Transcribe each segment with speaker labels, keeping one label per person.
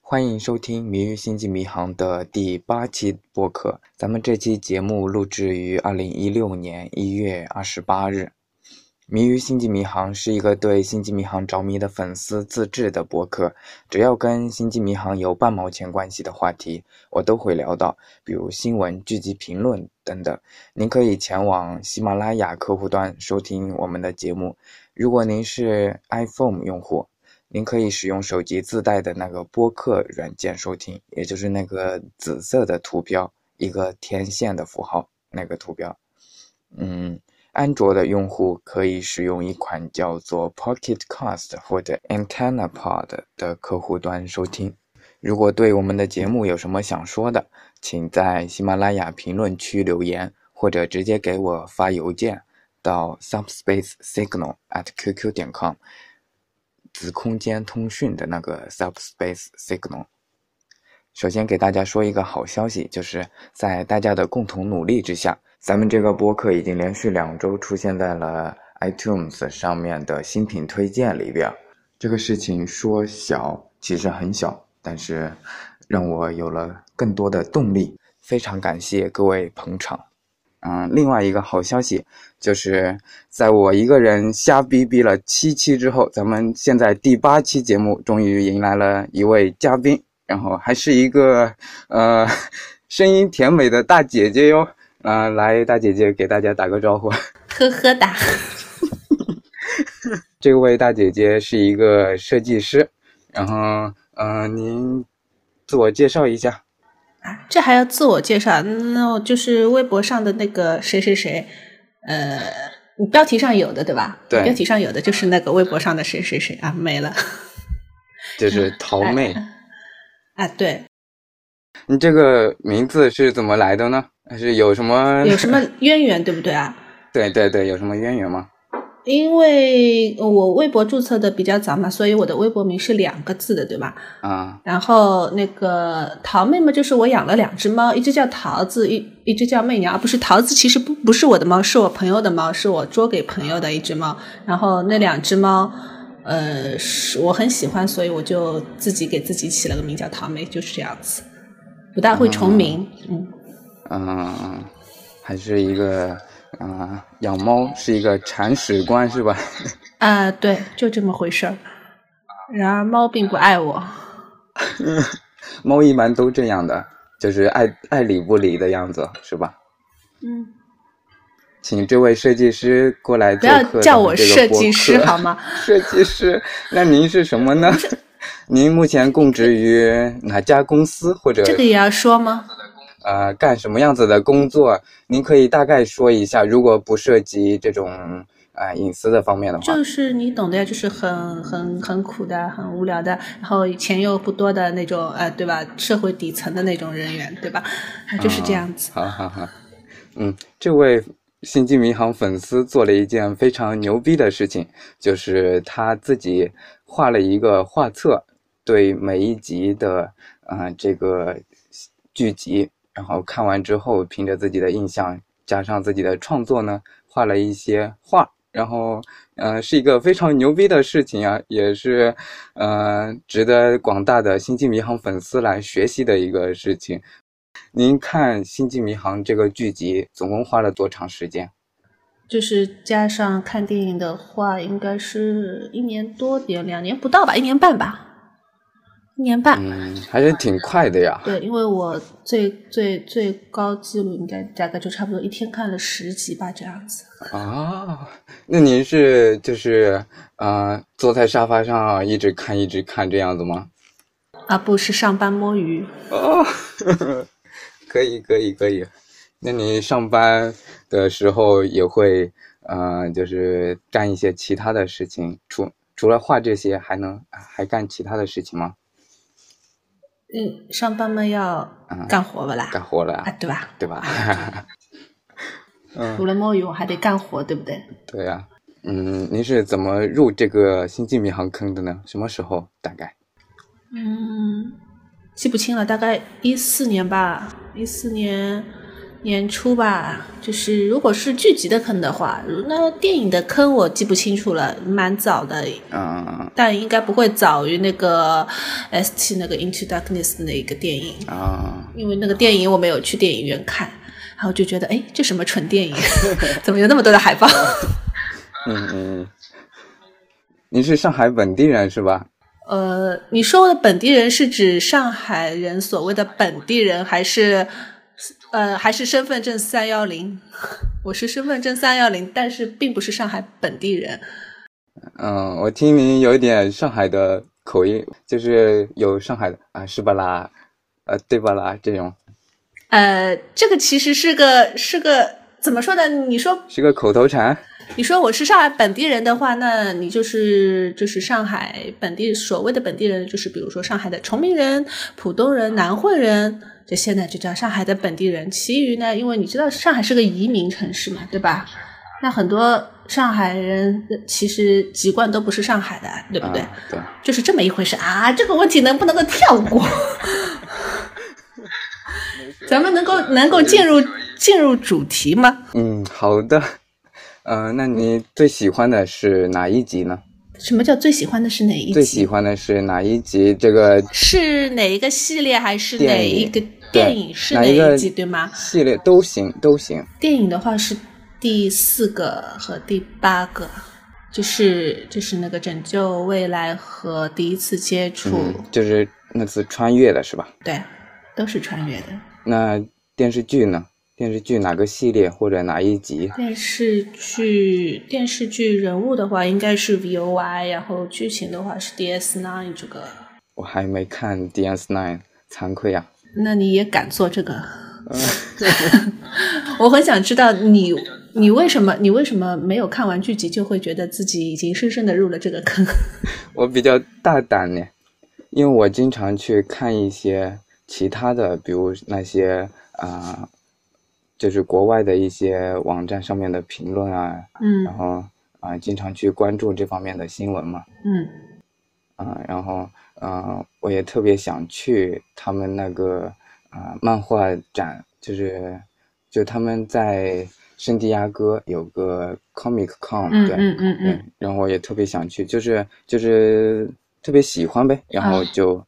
Speaker 1: 欢迎收听《谜语星际迷航》的第八期播客。咱们这期节目录制于二零一六年一月二十八日。《谜语星际迷航》是一个对星际迷航着迷的粉丝自制的播客，只要跟星际迷航有半毛钱关系的话题，我都会聊到，比如新闻、剧集评论等等。您可以前往喜马拉雅客户端收听我们的节目。如果您是 iPhone 用户，您可以使用手机自带的那个播客软件收听，也就是那个紫色的图标，一个天线的符号，那个图标。嗯，安卓的用户可以使用一款叫做 Pocket Cast 或者 Antenna Pod 的客户端收听。如果对我们的节目有什么想说的，请在喜马拉雅评论区留言，或者直接给我发邮件到 subspace signal at qq 点 com。子空间通讯的那个 Subspace Signal。首先给大家说一个好消息，就是在大家的共同努力之下，咱们这个播客已经连续两周出现在了 iTunes 上面的新品推荐里边。这个事情说小其实很小，但是让我有了更多的动力。非常感谢各位捧场。嗯，另外一个好消息就是，在我一个人瞎逼逼了七期之后，咱们现在第八期节目终于迎来了一位嘉宾，然后还是一个呃声音甜美的大姐姐哟。啊、呃，来，大姐姐给大家打个招呼。
Speaker 2: 呵呵哒。
Speaker 1: 这位大姐姐是一个设计师，然后呃，您自我介绍一下。
Speaker 2: 这还要自我介绍？那就是微博上的那个谁谁谁，呃，你标题上有的对吧？
Speaker 1: 对，
Speaker 2: 标题上有的就是那个微博上的谁谁谁啊，没了。
Speaker 1: 就是桃妹、
Speaker 2: 啊啊、啊，对。
Speaker 1: 你这个名字是怎么来的呢？是有什么
Speaker 2: 有什么渊源对不对啊？
Speaker 1: 对对对，有什么渊源吗？
Speaker 2: 因为我微博注册的比较早嘛，所以我的微博名是两个字的，对吧？
Speaker 1: 啊、嗯。
Speaker 2: 然后那个桃妹妹就是我养了两只猫，一只叫桃子，一一只叫媚娘。啊，不是桃子，其实不不是我的猫，是我朋友的猫，是我捉给朋友的一只猫。然后那两只猫，呃，是我很喜欢，所以我就自己给自己起了个名叫桃妹，就是这样子，不大会重名。嗯。
Speaker 1: 嗯，还是一个。啊，养猫是一个铲屎官是吧？
Speaker 2: 啊，对，就这么回事儿。然而猫并不爱我。
Speaker 1: 猫一般都这样的，就是爱爱理不理的样子，是吧？
Speaker 2: 嗯。
Speaker 1: 请这位设计师过来
Speaker 2: 不要叫我设计师好吗？
Speaker 1: 设计师，那您是什么呢？ 您目前供职于哪家公司或者？
Speaker 2: 这个也要说吗？
Speaker 1: 呃，干什么样子的工作？您可以大概说一下，如果不涉及这种啊、呃、隐私的方面的话，
Speaker 2: 就是你懂的呀，就是很很很苦的、很无聊的，然后钱又不多的那种，呃，对吧？社会底层的那种人员，对吧？就是这样子。
Speaker 1: 嗯、好好好，嗯，这位星际迷航粉丝做了一件非常牛逼的事情，就是他自己画了一个画册，对每一集的啊、呃、这个剧集。然后看完之后，凭着自己的印象加上自己的创作呢，画了一些画。然后，嗯、呃，是一个非常牛逼的事情啊，也是，呃，值得广大的星际迷航粉丝来学习的一个事情。您看《星际迷航》这个剧集总共花了多长时间？
Speaker 2: 就是加上看电影的话，应该是一年多点，两年不到吧，一年半吧。一年半，
Speaker 1: 嗯，还是挺快的呀。
Speaker 2: 对，因为我最最最高记录应该大概就差不多一天看了十集吧，这样子。
Speaker 1: 啊，那您是就是啊、呃，坐在沙发上一直看一直看这样子吗？
Speaker 2: 啊，不是上班摸鱼。
Speaker 1: 哦，呵呵 可以可以可以。那你上班的时候也会嗯、呃，就是干一些其他的事情，除除了画这些，还能还干其他的事情吗？
Speaker 2: 嗯，上班嘛要干活不啦、
Speaker 1: 嗯？干活了啊，嗯
Speaker 2: 对吧？
Speaker 1: 对吧？
Speaker 2: 除了摸鱼，我还得干活，对不对？
Speaker 1: 对呀、啊，嗯，您是怎么入这个星际迷航坑的呢？什么时候大概？
Speaker 2: 嗯，记不清了，大概一四年吧，一四年年初吧，就是如果是剧集的坑的话，如那电影的坑我记不清楚了，蛮早的，
Speaker 1: 嗯
Speaker 2: 但应该不会早于那个 S T 那个 Into Darkness 的那一个电影，
Speaker 1: 啊，
Speaker 2: 因为那个电影我没有去电影院看，然后就觉得哎，这什么蠢电影， 怎么有那么多的海报？
Speaker 1: 嗯嗯，你是上海本地人是吧？
Speaker 2: 呃，你说的本地人是指上海人所谓的本地人，还是呃，还是身份证三幺零？ 我是身份证三幺零，但是并不是上海本地人。
Speaker 1: 嗯，我听你有一点上海的口音，就是有上海的啊，是吧啦，呃，对吧啦这种，
Speaker 2: 呃，这个其实是个是个怎么说呢？你说
Speaker 1: 是个口头禅。
Speaker 2: 你说我是上海本地人的话，那你就是就是上海本地所谓的本地人，就是比如说上海的崇明人、浦东人、南汇人，这些呢就叫上海的本地人。其余呢，因为你知道上海是个移民城市嘛，对吧？那很多上海人其实籍贯都不是上海的，对不对？
Speaker 1: 啊，对，
Speaker 2: 就是这么一回事啊。这个问题能不能够跳 过？咱们能够能够进入进入主题吗？
Speaker 1: 嗯，好的。呃，那你最喜欢的是哪一集呢？
Speaker 2: 什么叫最喜欢的是哪一集？
Speaker 1: 最喜欢的是哪一集？这个
Speaker 2: 是哪一个系列，还是哪
Speaker 1: 电影
Speaker 2: 一个电影？是
Speaker 1: 哪
Speaker 2: 哪
Speaker 1: 一个
Speaker 2: 一集对吗？
Speaker 1: 系列都行，都行。
Speaker 2: 电影的话是第四个和第八个，就是就是那个拯救未来和第一次接触，
Speaker 1: 嗯，就是那次穿越的是吧？
Speaker 2: 对，都是穿越的。
Speaker 1: 那电视剧呢？电视剧哪个系列或者哪一集？
Speaker 2: 电视剧电视剧人物的话应该是 VOY，然后剧情的话是 DS9 这个。
Speaker 1: 我还没看 DS9，惭愧啊。
Speaker 2: 那你也敢做这个？
Speaker 1: 嗯
Speaker 2: 我很想知道你，你为什么你为什么没有看完剧集就会觉得自己已经深深的入了这个坑？
Speaker 1: 我比较大胆呢，因为我经常去看一些其他的，比如那些啊、呃就是国外的一些网站上面的评论啊，
Speaker 2: 嗯
Speaker 1: 然后啊、呃经常去关注这方面的新闻嘛，
Speaker 2: 嗯
Speaker 1: 啊、然后啊、呃我也特别想去他们那个啊、呃漫画展，就是就他们在圣地亚哥有个 Comic Con，
Speaker 2: 嗯
Speaker 1: 对，
Speaker 2: 嗯嗯嗯
Speaker 1: 嗯，然后也特别想去，就是就是特别喜欢呗，然
Speaker 2: 啊
Speaker 1: 后就、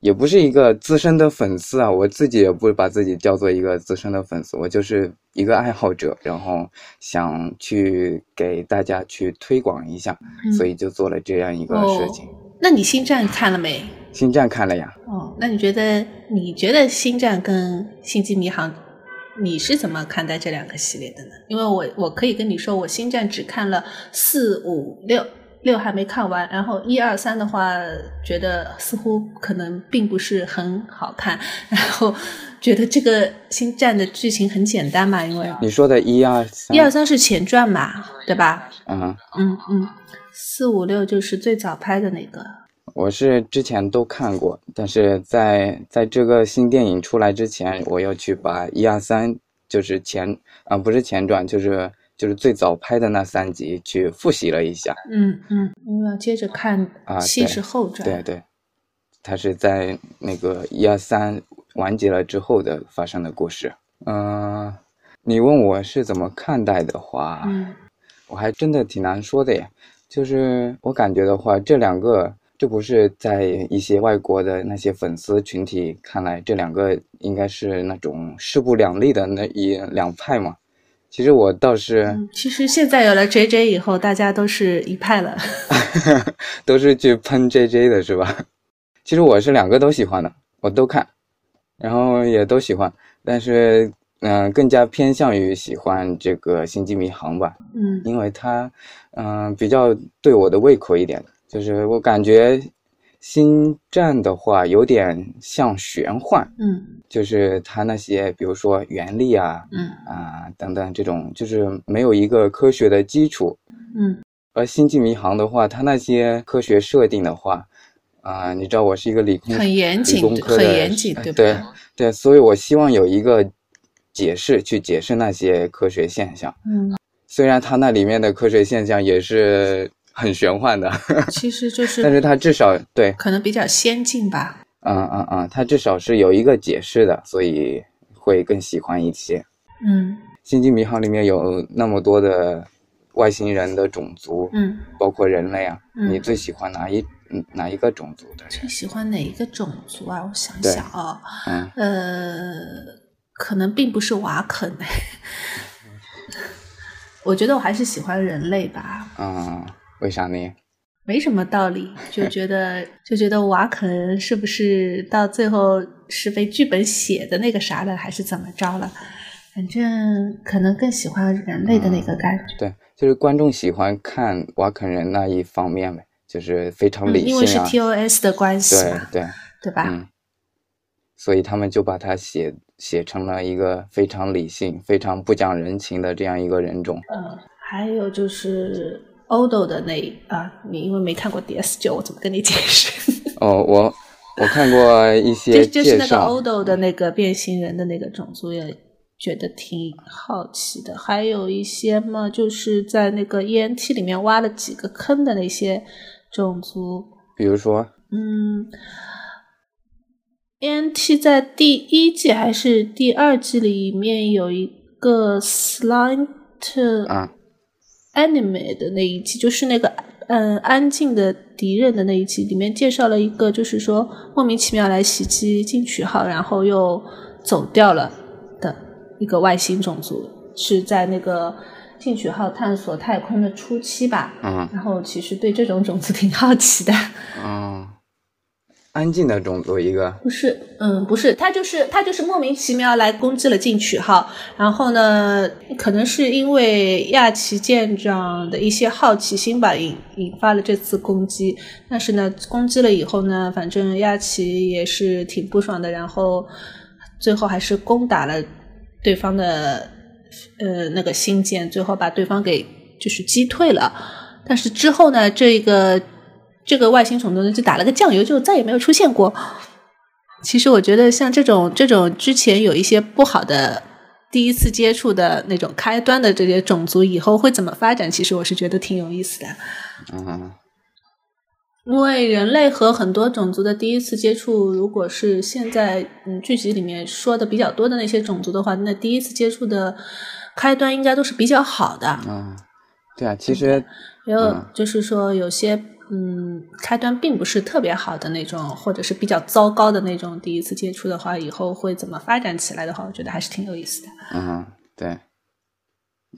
Speaker 1: 也不是一个资深的粉丝啊，我自己也不把自己叫做一个资深的粉丝，我就是一个爱好者，然后想去给大家去推广一下，
Speaker 2: 嗯，
Speaker 1: 所以就做了这样一个事情。
Speaker 2: 哦。那你《星战》看了没？
Speaker 1: 星战看了呀，
Speaker 2: 哦，那你觉得你觉得《星战》跟《星际迷航》，你是怎么看待这两个系列的呢？因为我我可以跟你说，我《星战》只看了四五六六还没看完，然后一二三的话，觉得似乎可能并不是很好看， 然后觉得这个《星战》的剧情很简单嘛，因为
Speaker 1: 你说的一二三
Speaker 2: 一二三是前传嘛，对吧？
Speaker 1: 嗯，
Speaker 2: 嗯嗯，四五六就是最早拍的那个，
Speaker 1: 我是之前都看过，但是在在这个新电影出来之前，我要去把一二三，就是前啊、不是前传，就是就是最早拍的那三集去复习了一下。
Speaker 2: 嗯嗯，因为要接着看
Speaker 1: 啊
Speaker 2: 七
Speaker 1: 对
Speaker 2: 是后传，
Speaker 1: 对对，它是在那个一二三完结了之后的发生的故事。嗯、你问我是怎么看待的话，
Speaker 2: 嗯
Speaker 1: 我还真的挺难说的耶。就是我感觉的话，这两个，这不是在一些外国的那些粉丝群体看来，这两个应该是那种势不两立的那一两派嘛。其实我倒是
Speaker 2: 嗯，其实现在有了 JJ 以后，大家都是一派了。
Speaker 1: 都是去喷 JJ 的是吧？其实我是两个都喜欢的，我都看，然后也都喜欢，但是嗯、呃更加偏向于喜欢这个《星际迷航》吧。
Speaker 2: 嗯
Speaker 1: 因为它，嗯、比较对我的胃口一点。就是我感觉《星战》的话有点像玄幻，
Speaker 2: 嗯
Speaker 1: 就是它那些比如说原力啊
Speaker 2: 嗯
Speaker 1: 啊、等等这种，就是没有一个科学的基础。
Speaker 2: 嗯
Speaker 1: 而《星际迷航》的话，它那些科学设定的话，啊、你知道我是一个理工
Speaker 2: 很严谨
Speaker 1: 嗯理工科
Speaker 2: 很
Speaker 1: 的哎
Speaker 2: 严谨对
Speaker 1: 对
Speaker 2: 吧
Speaker 1: 对，所以我希望有一个解释去解释那些科学现象。
Speaker 2: 嗯，
Speaker 1: 虽然它那里面的科学现象也是很玄幻的，
Speaker 2: 其实就是
Speaker 1: 但是它至少对，
Speaker 2: 可能比较先进吧。
Speaker 1: 嗯嗯嗯，它至少是有一个解释的，所以会更喜欢一些。
Speaker 2: 嗯
Speaker 1: 星际迷航里面有那么多的外星人的种族，
Speaker 2: 嗯，
Speaker 1: 包括人类啊，
Speaker 2: 嗯
Speaker 1: 你最喜欢哪一嗯哪一个种族的人？
Speaker 2: 最喜欢哪一个种族啊？我想
Speaker 1: 对
Speaker 2: 想啊，
Speaker 1: 嗯，
Speaker 2: 呃，可能并不是瓦肯、 哎，我觉得我还是喜欢人类吧。
Speaker 1: 嗯，为啥呢？
Speaker 2: 没什么道理，就觉得就觉得瓦肯是不是到最后是被剧本写的那个啥了，还是怎么着了？反正可能更喜欢人类的那个感觉，
Speaker 1: 对，就是观众喜欢看瓦肯人那一方面呗，就是非常
Speaker 2: 嗯
Speaker 1: 理
Speaker 2: 因为是
Speaker 1: 性啊，
Speaker 2: TOS 的关系
Speaker 1: 对
Speaker 2: 嘛，
Speaker 1: 对，
Speaker 2: 对吧？
Speaker 1: 嗯，所以他们就把它写写成了一个非常理性、非常不讲人情的这样一个人种。
Speaker 2: 还有就是欧斗的那一啊，你因为没看过 DS 九，我怎么跟你解释？
Speaker 1: 哦，我我看过 一
Speaker 2: 就
Speaker 1: 些
Speaker 2: 就是
Speaker 1: 介
Speaker 2: 那个
Speaker 1: 绍
Speaker 2: 欧，斗的那个变形人的那个种族也。觉得挺好奇的，还有一些嘛，就是在那个 ENT 里面挖了几个坑的那些种族，
Speaker 1: 比如说，
Speaker 2: 嗯，ENT 在第一季还是第二季里面有一个 Slant
Speaker 1: 啊
Speaker 2: Anime 的那一期，就是那个嗯安静的敌人的那一期，里面介绍了一个，就是说莫名其妙来袭击进取号，然后又走掉了的一个外星种族，是在那个进取号探索太空的初期吧。
Speaker 1: 嗯
Speaker 2: 然后其实对这种种族挺好奇的，
Speaker 1: 嗯，安静的种族一个，
Speaker 2: 不是，嗯，不是，他就是他就是莫名其妙来攻击了进取号，然后呢，可能是因为亚旗舰长的一些好奇心吧，引引发了这次攻击。但是呢，攻击了以后呢，反正亚旗也是挺不爽的，然后最后还是攻打了对方的呃那个星舰，最后把对方给就是击退了。但是之后呢，这个这个外星种族呢就打了个酱油，就再也没有出现过。其实我觉得像这种这种之前有一些不好的第一次接触的那种开端的这些种族，以后会怎么发展？其实我是觉得挺有意思的，
Speaker 1: 嗯
Speaker 2: 因为人类和很多种族的第一次接触，如果是现在嗯剧集里面说的比较多的那些种族的话，那第一次接触的开端应该都是比较好的。
Speaker 1: 嗯，对啊，其实
Speaker 2: 还有
Speaker 1: 嗯
Speaker 2: 就是说有些嗯开端并不是特别好的那种，或者是比较糟糕的那种第一次接触的话，以后会怎么发展起来的话，我觉得还是挺有意思的。
Speaker 1: 嗯，对，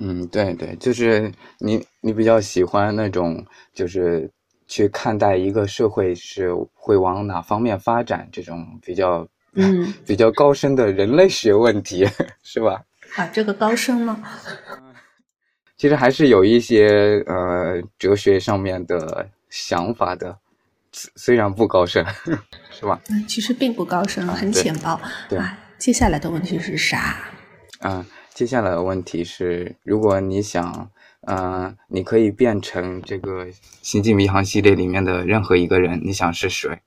Speaker 1: 嗯，对对，就是你你比较喜欢那种，就是去看待一个社会是会往哪方面发展这种比较
Speaker 2: 嗯
Speaker 1: 比较高深的人类学问题， 是吧？
Speaker 2: 啊，这个高深吗？
Speaker 1: 其实还是有一些呃哲学上面的想法的，虽虽然不高深，是吧？
Speaker 2: 嗯，其实并不高深，很
Speaker 1: 对
Speaker 2: 浅薄。
Speaker 1: 对
Speaker 2: 啊，接下来的问题是啥？
Speaker 1: 啊、接下来的问题是，如果你想，呃，你可以变成这个《星际迷航》系列里面的任何一个人，你想是谁？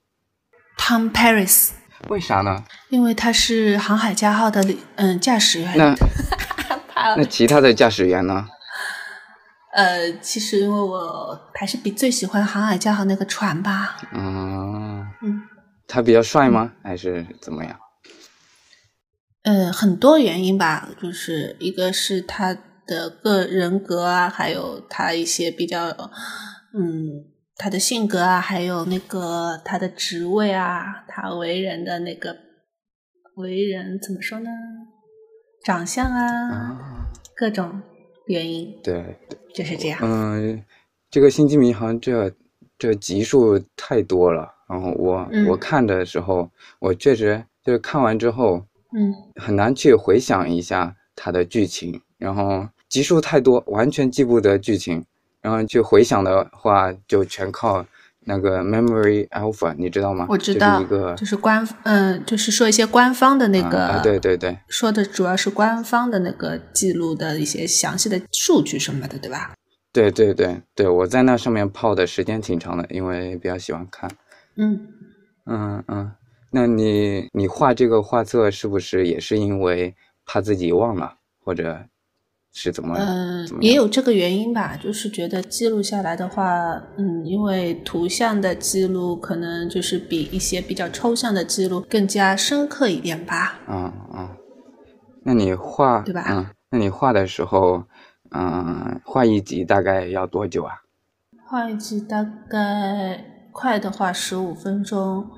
Speaker 2: Tom Paris，
Speaker 1: 为啥呢？
Speaker 2: 因为他是航海家号的嗯驾驶员。
Speaker 1: 那
Speaker 2: 他
Speaker 1: 那其他的驾驶员呢？
Speaker 2: 呃，其实因为我还是比最喜欢航海家号那个船吧。
Speaker 1: 嗯，
Speaker 2: 嗯
Speaker 1: 他比较帅吗？还是怎么样？
Speaker 2: 呃，很多原因吧，就是一个是他的个人格啊，还有他一些比较，嗯，他的性格啊，还有那个他的职位啊，他为人的那个为人怎么说呢？长相啊，
Speaker 1: 啊，
Speaker 2: 各种原因
Speaker 1: 对，
Speaker 2: 就是这样。
Speaker 1: 嗯，这个《星际迷航》这这集数太多了，然后我、
Speaker 2: 嗯
Speaker 1: 我看的时候，我确实就是看完之后，
Speaker 2: 嗯
Speaker 1: 很难去回想一下它的剧情，然后集数太多，完全记不得剧情，然后去回想的话，就全靠那个 Memory Alpha，你知道吗？
Speaker 2: 我知
Speaker 1: 就
Speaker 2: 道
Speaker 1: 是一个，
Speaker 2: 就是官，嗯、就是说一些官方的那个，
Speaker 1: 啊啊，对对对
Speaker 2: 说的主要是官方的那个记录的一些详细的数据什么的，对吧？
Speaker 1: 对对对对，我在那上面泡的时间挺长的，因为比较喜欢看。
Speaker 2: 嗯，
Speaker 1: 嗯嗯，那你你画这个画册是不是也是因为怕自己忘了，或者是怎么？
Speaker 2: 呃
Speaker 1: 嗯怎，么
Speaker 2: 也
Speaker 1: 样
Speaker 2: 有这个原因吧，就是觉得记录下来的话，嗯，因为图像的记录可能就是比一些比较抽象的记录更加深刻一点吧。
Speaker 1: 嗯嗯，啊那你画
Speaker 2: 对吧
Speaker 1: 嗯，那你画的时候，嗯，画一集大概要多久啊？
Speaker 2: 画一集大概快的话十五分钟，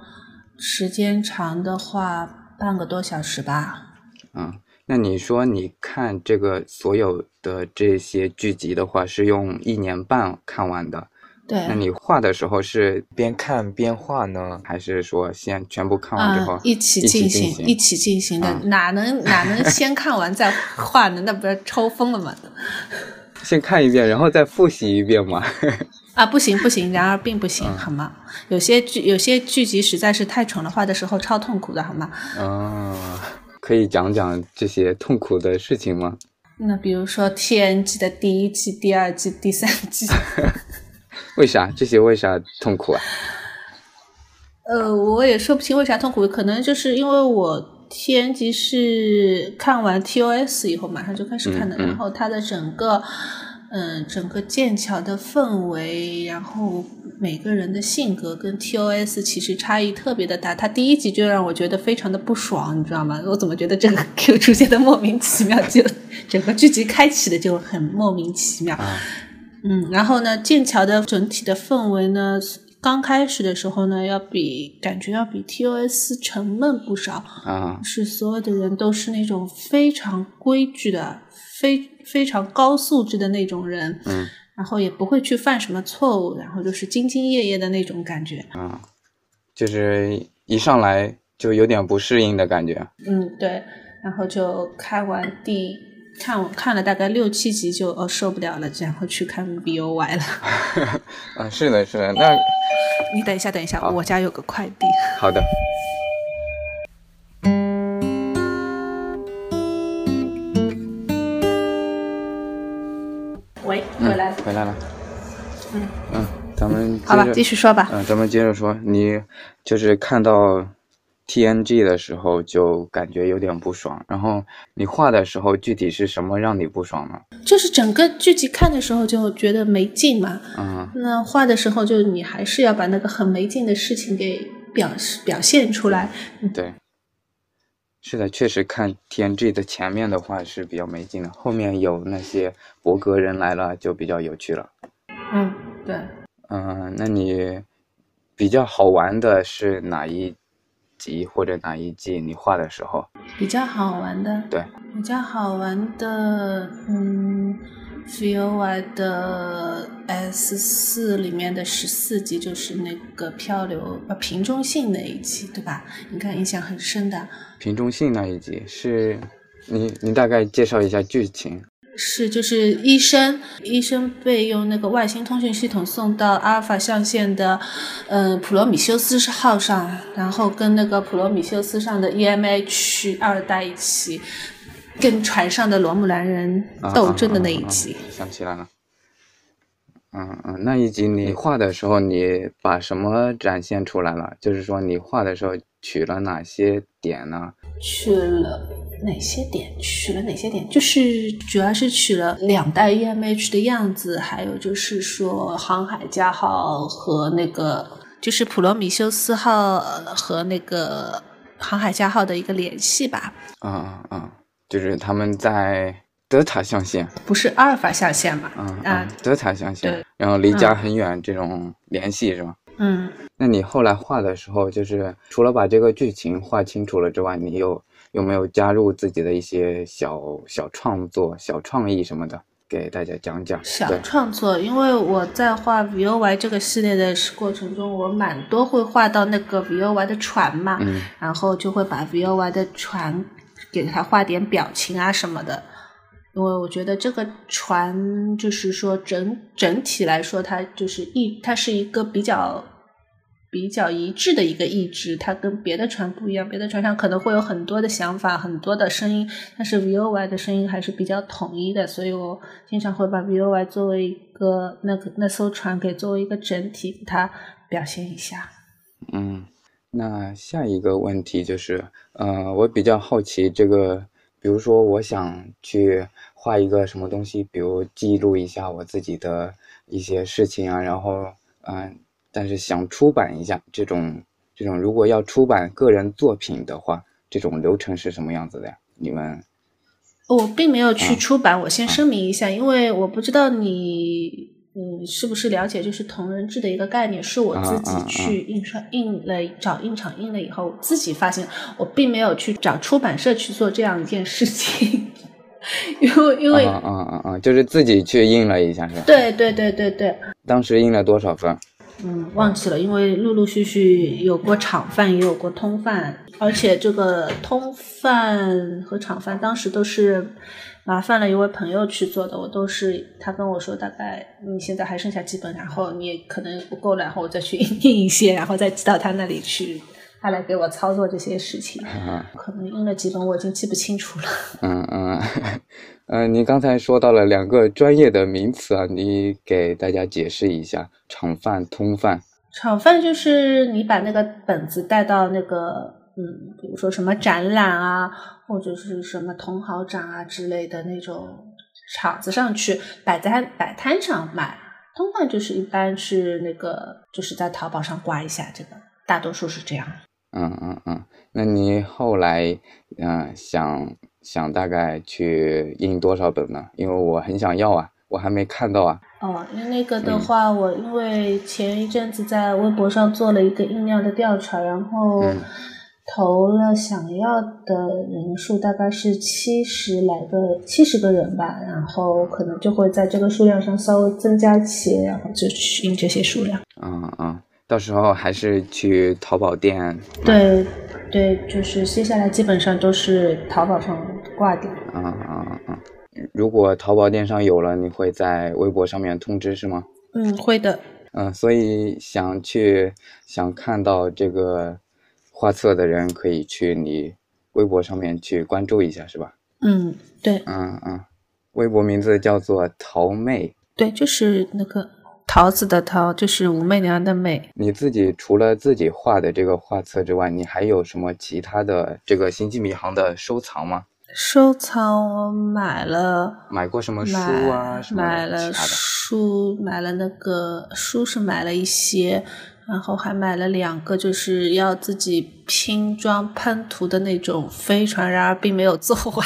Speaker 2: 时间长的话半个多小时吧。
Speaker 1: 嗯，那你说你看这个所有的这些剧集的话，是用一年半看完的。
Speaker 2: 对，
Speaker 1: 那你画的时候是边看边画呢，还是说先全部看完之后、
Speaker 2: 啊，一起
Speaker 1: 进
Speaker 2: 进行，一起进行的，
Speaker 1: 啊
Speaker 2: 哪能哪能先看完再画呢？那不是抽风了吗？
Speaker 1: 先看一遍，然后再复习一遍 嘛？
Speaker 2: 啊，不行不行，然而并不行，好吗？有些剧有些剧集实在是太蠢了，画的时候超痛苦的，好吗？
Speaker 1: 嗯，可以讲讲这些痛苦的事情吗？
Speaker 2: 那比如说 TNG 的第一季、第二季、第三季，
Speaker 1: 为啥这些为啥痛苦啊？
Speaker 2: 呃，我也说不清为啥痛苦，可能就是因为我 TNG 是看完 TOS 以后马上就开始看的，
Speaker 1: 嗯嗯
Speaker 2: 然后它的整个，嗯、整个剑桥的氛围，然后每个人的性格跟 TOS 其实差异特别的大。它第一集就让我觉得非常的不爽，你知道吗？我怎么觉得这个 Q 出现的莫名其妙，就 整个剧集开启的就很莫名其妙。
Speaker 1: 啊，
Speaker 2: 嗯，然后呢，剑桥的整体的氛围呢，刚开始的时候呢，要比感觉要比 TOS 沉闷不少，
Speaker 1: 啊，
Speaker 2: 是所有的人都是那种非常规矩的、非非常高素质的那种人，
Speaker 1: 嗯，
Speaker 2: 然后也不会去犯什么错误，然后就是兢兢业业的那种感觉。
Speaker 1: 就是一上来就有点不适应的感 觉。
Speaker 2: 嗯，对，然后就看完第看我看了大概六七集就哦受不了了，然后去看 BOY 了。
Speaker 1: 啊，是的，是的，那
Speaker 2: 你等一下，等一下，
Speaker 1: 好
Speaker 2: 我家有个快递。
Speaker 1: 好的。
Speaker 2: 喂，
Speaker 1: 嗯
Speaker 2: 回来了。
Speaker 1: 回来了。
Speaker 2: 嗯
Speaker 1: 嗯，咱们
Speaker 2: 好吧
Speaker 1: 接，着
Speaker 2: 继续说吧。
Speaker 1: 嗯，咱们接着说，你就是看到 TNG 的时候就感觉有点不爽，然后你画的时候具体是什么让你不爽呢？
Speaker 2: 就是整个剧集看的时候就觉得没劲嘛，
Speaker 1: 嗯
Speaker 2: 那画的时候就你还是要把那个很没劲的事情给表示表现出来。
Speaker 1: 对，是的，确实看 TNG 的前面的话是比较没劲的，后面有那些博格人来了就比较有趣了。
Speaker 2: 嗯，对。
Speaker 1: 嗯，那你比较好玩的是哪一集或者哪一季？你画的时候，
Speaker 2: 比较好玩的，
Speaker 1: 对，
Speaker 2: 比较好玩的，嗯，VOY 的 S 四里面的十四集就是那个漂流呃瓶中信那一集，对吧？你看印象很深的，
Speaker 1: 瓶中信那一集是，你你大概介绍一下剧情。
Speaker 2: 是，就是医生，医生被用那个外星通讯系统送到阿尔法象限的，呃，普罗米修斯号上，然后跟那个普罗米修斯上的 E EMH 二代一起，跟船上的罗姆兰人
Speaker 1: 啊
Speaker 2: 斗争的那一集。
Speaker 1: 啊啊啊啊想起来了。嗯嗯，那一集你画的时候，你把什么展现出来了？就是说你画的时候取了哪些点呢？
Speaker 2: 去了哪些点？取了哪些点？就是主要是取了两代 EMH 的样子，还有就是说航海家号和那个就是普罗米修斯号呃和那个航海家号的一个联系吧，
Speaker 1: 啊啊啊！就是他们在德塔象限，
Speaker 2: 不是阿尔法下线嘛？
Speaker 1: 嗯
Speaker 2: 啊
Speaker 1: 嗯，德塔象限
Speaker 2: 对，
Speaker 1: 然后离家很远这种联系是吗？
Speaker 2: 嗯，
Speaker 1: 那你后来画的时候，就是除了把这个剧情画清楚了之外，你有有没有加入自己的一些小小创作、小创意什么的，给大家讲讲？
Speaker 2: 小
Speaker 1: 对，
Speaker 2: 创作，因为我在画 VOY 这个系列的过程中，我蛮多会画到那个 VOY 的船嘛，
Speaker 1: 嗯
Speaker 2: 然后就会把 VOY 的船给它画点表情啊什么的，因为我觉得这个船就是说整整体来说，它就是意，它是一个比较比较一致的一个意志，它跟别的船不一样，别的船上可能会有很多的想法，很多的声音，但是 VOY 的声音还是比较统一的，所以我经常会把 VOY 作为一个那个那艘船给作为一个整体给它表现一下。
Speaker 1: 嗯。那下一个问题就是，呃，我比较好奇这个，比如说我想去画一个什么东西，比如记录一下我自己的一些事情啊，然后嗯、呃但是想出版一下这种这种，如果要出版个人作品的话，这种流程是什么样子的呀？你们
Speaker 2: 我并没有去出版，我先声明一下，因为我不知道你嗯是不是了解，就是同人志的一个概念，是我自己去印刷、印了找印厂印了以后自己发现，我并没有去找出版社去做这样一件事情， 因为因为、
Speaker 1: 啊啊啊啊！就是自己去印了一下是吧？
Speaker 2: 对对对对对，
Speaker 1: 当时印了多少份？
Speaker 2: 嗯，忘记了，因为陆陆续续有过厂饭，也有过通饭，而且这个通饭和厂饭当时都是麻烦了一位朋友去做的，我都是他跟我说，大概你现在还剩下几本，然后你也可能不够了，然后我再去印一些，然后再寄到他那里去，他来给我操作这些事情。可能印了几本，我已经记不清楚了。
Speaker 1: 嗯嗯 嗯，你刚才说到了两个专业的名词啊，你给大家解释一下“厂饭”“通饭
Speaker 2: 炒饭就是你把那个本子带到那个，嗯，比如说什么展览啊，或者是什么同好展啊之类的那种场子上去摆在摆摊上卖。通贩就是一般是那个，就是在淘宝上挂一下，这个大多数是这样。”。
Speaker 1: 嗯嗯嗯，那你后来嗯、呃想想大概去印多少本呢？因为我很想要啊，我还没看到啊。
Speaker 2: 哦，因为那个的话，我因为前一阵子在微博上做了一个印量的调查，然后
Speaker 1: 嗯
Speaker 2: 投了想要的人数大概是七十来个七十个人吧，然后可能就会在这个数量上稍微增加些，然后就去印这些数量。
Speaker 1: 嗯嗯，到时候还是去淘宝店。
Speaker 2: 对，对，就是接下来基本上都是淘宝上挂掉。
Speaker 1: 嗯嗯嗯嗯，如果淘宝店上有了，你会在微博上面通知是吗？
Speaker 2: 嗯，会的。
Speaker 1: 嗯，所以想去想看到这个画册的人，可以去你微博上面去关注一下，是吧？
Speaker 2: 嗯，对
Speaker 1: 嗯嗯，微博名字叫做桃妹。
Speaker 2: 对，就是那个桃子的桃，就是武媚娘的媚。
Speaker 1: 你自己除了自己画的这个画册之外，你还有什么其他的这个星际迷航的收藏吗？
Speaker 2: 收藏我买了，
Speaker 1: 买过什么书啊？
Speaker 2: 买
Speaker 1: 什么
Speaker 2: 买
Speaker 1: 其
Speaker 2: 了
Speaker 1: 他的？
Speaker 2: 书，买了那个书是买了一些，然后还买了两个就是要自己拼装喷涂的那种飞船，然而并没有做完。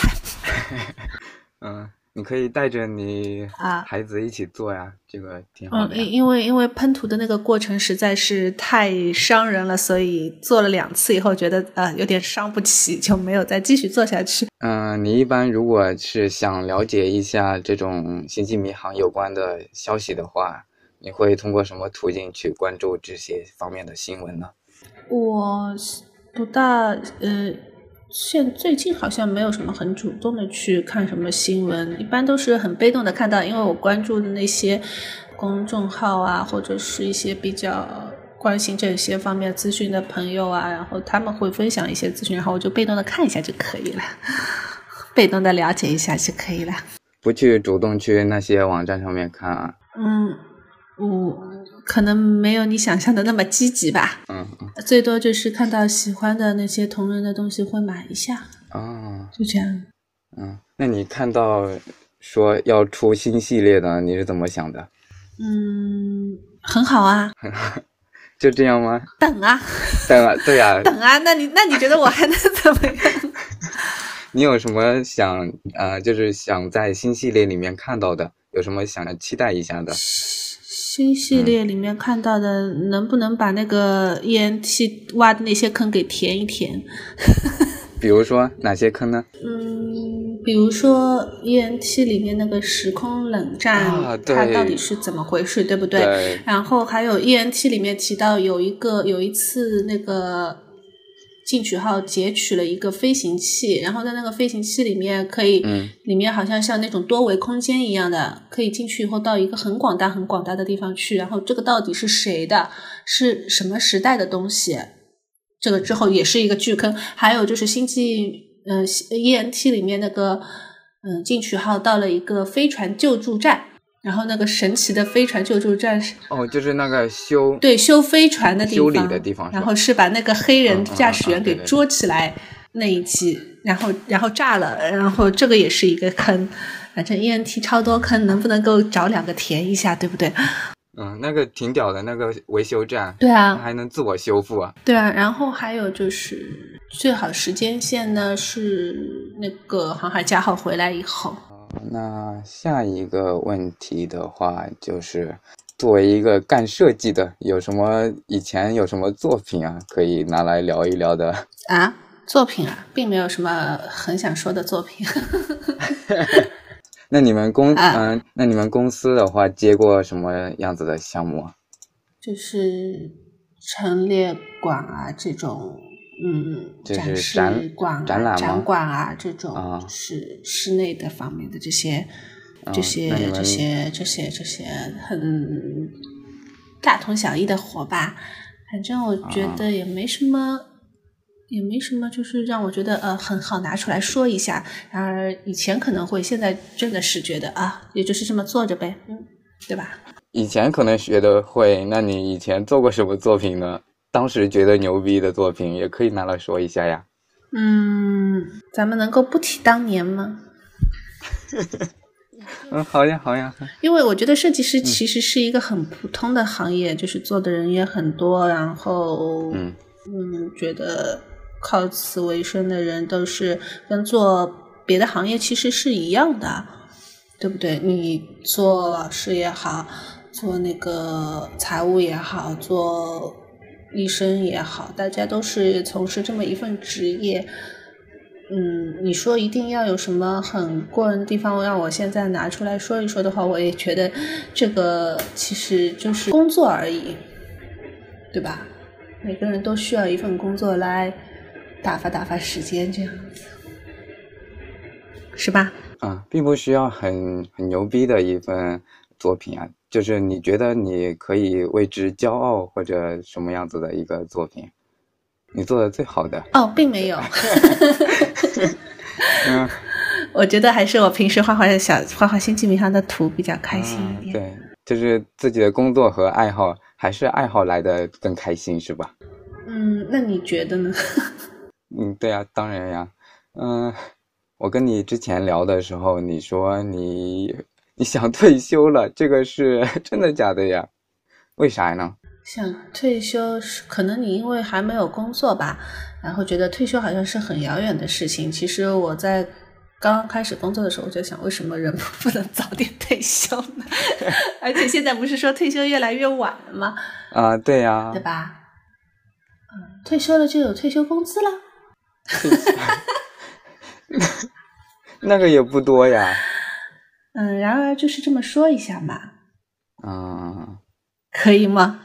Speaker 1: 嗯，你可以带着你
Speaker 2: 啊
Speaker 1: 孩子一起做呀，这个挺好
Speaker 2: 嗯，
Speaker 1: 的呀。
Speaker 2: 因因为因为喷涂的那个过程实在是太伤人了，所以做了两次以后觉得呃有点伤不起，就没有再继续做下去。
Speaker 1: 嗯，你一般如果是想了解一下这种星际迷航有关的消息的话，你会通过什么途径去关注这些方面的新闻呢？
Speaker 2: 我不大呃，现最近好像没有什么很主动的去看什么新闻，一般都是很被动的看到，因为我关注的那些公众号啊，或者是一些比较关心这些方面资讯的朋友啊，然后他们会分享一些资讯，然后我就被动的看一下就可以了， 被动的了解一下就可以了。
Speaker 1: 不去主动去那些网站上面看啊。
Speaker 2: 嗯，我可能没有你想象的那么积极吧，
Speaker 1: 嗯嗯
Speaker 2: 最多就是看到喜欢的那些同人的东西会买一下，
Speaker 1: 啊
Speaker 2: 就这样。
Speaker 1: 嗯，那你看到说要出新系列的，你是怎么想的？
Speaker 2: 嗯，很好啊，
Speaker 1: 就这样吗？
Speaker 2: 等啊，
Speaker 1: 等啊，对啊，
Speaker 2: 等啊，那你那你觉得我还能怎 么样？
Speaker 1: 你有什么想呃，就是想在新系列里面看到的，有什么想要期待一下的？
Speaker 2: 新系列里面看到的，能不能把那个 ENT 挖的那些坑给填一填？
Speaker 1: 比如说哪些坑呢？
Speaker 2: 嗯，比如说 ENT 里面那个时空冷战，
Speaker 1: 啊对
Speaker 2: 它到底是怎么回事，对不
Speaker 1: 对
Speaker 2: 然后还有 ENT 里面提到有一个有一次那个进取号截取了一个飞行器，然后在那个飞行器里面可以，
Speaker 1: 嗯
Speaker 2: 里面好像像那种多维空间一样的，可以进去以后到一个很广大很广大的地方去。然后这个到底是谁的，是什么时代的东西？这个之后也是一个巨坑。还有就是星际，嗯、，ENT 里面那个，嗯、进取号到了一个飞船救助站。然后那个神奇的飞船救助站是
Speaker 1: 哦，就是那个修
Speaker 2: 对修飞船的地
Speaker 1: 修
Speaker 2: 方，
Speaker 1: 理的地方是吧
Speaker 2: 然后是把那个黑人
Speaker 1: 嗯嗯
Speaker 2: 驾驶员
Speaker 1: 嗯对
Speaker 2: 给
Speaker 1: 对对
Speaker 2: 捉起来那一集，然后然后炸了，然后这个也 E 是一个坑，反正 ENT 超多坑，能不能够找两个填一下，对不对？
Speaker 1: 嗯，那个挺屌的，那个维修站，
Speaker 2: 对
Speaker 1: 它
Speaker 2: 啊，
Speaker 1: 还能自我修复啊。
Speaker 2: 对啊，然后还有就是最好时间线呢是那个航海家号回来以后，
Speaker 1: 那下一个问题的话，就是作为一个干设计的，有什么以前有什么作品啊，可以拿来聊一聊的？
Speaker 2: 啊，作品啊，并没有什么很想说的作品。
Speaker 1: 那你们公嗯、
Speaker 2: 啊
Speaker 1: 那你们公司的话，接过什么样子的项目啊？
Speaker 2: 就是陈列馆啊这种，嗯，
Speaker 1: 就是
Speaker 2: 展
Speaker 1: 展
Speaker 2: 示馆、啊、
Speaker 1: 展览吗
Speaker 2: 馆啊这种，
Speaker 1: 啊
Speaker 2: 就是室内的方面的这些、这
Speaker 1: 嗯
Speaker 2: 些
Speaker 1: 那你、们
Speaker 2: 这些、这些、这些很大同小异的活吧。反正我觉
Speaker 1: 啊
Speaker 2: 得也没什么。也没什么，就是让我觉得呃很好拿出来说一下。然而以前可能会，现在真的是觉得啊，也就是这么做着呗，嗯，对吧？
Speaker 1: 以前可能学的会，那你以前做过什么作品呢？当时觉得牛逼的作品也可以拿来说一下呀。
Speaker 2: 嗯，咱们能够不提当年吗？
Speaker 1: 嗯，好呀，好呀。
Speaker 2: 因为我觉得设计师其实是一个很普通的行业，就是做的人也很多，然后
Speaker 1: 嗯
Speaker 2: 嗯觉得靠此为生的人都是跟做别的行业其实是一样的，对不对？你做老师也好，做那个财务也好，做医生也好，大家都是从事这么一份职业。嗯，你说一定要有什么很过人的地方，让我现在拿出来说一说的话，我也觉得这个其实就是工作而已，对吧？每个人都需要一份工作来打发打发时间，这样子，是吧？
Speaker 1: 啊，并不需要很很牛逼的一份作品啊，就是你觉得你可以为之骄傲或者什么样子的一个作品，你做的最好的，
Speaker 2: 哦，并没有，
Speaker 1: 嗯，
Speaker 2: 我觉得还是我平时画画的小画画星际迷航的图比较开心
Speaker 1: 啊
Speaker 2: 一点。
Speaker 1: 对，就是自己的工作和爱好，还是爱好来的更开心，是吧？
Speaker 2: 嗯，那你觉得呢？
Speaker 1: 嗯，对呀，当然呀，嗯，我跟你之前聊的时候，你说你 你想退休了，这个是 真的假的呀？为啥呢？
Speaker 2: 想退休是可能你因为还没有工作吧，然后觉得退休好像是很遥远的事情。其实我在刚刚开始工作的时候，我就想，为什么人 不能早点退休呢？ 而且现在不是说退休越来越晚了吗？
Speaker 1: 啊，对呀
Speaker 2: 对，吧？嗯，退休了就有退休工资了。
Speaker 1: 那个也不多呀。
Speaker 2: 嗯，然而就是这么说一下嘛，
Speaker 1: 嗯，
Speaker 2: 可以吗？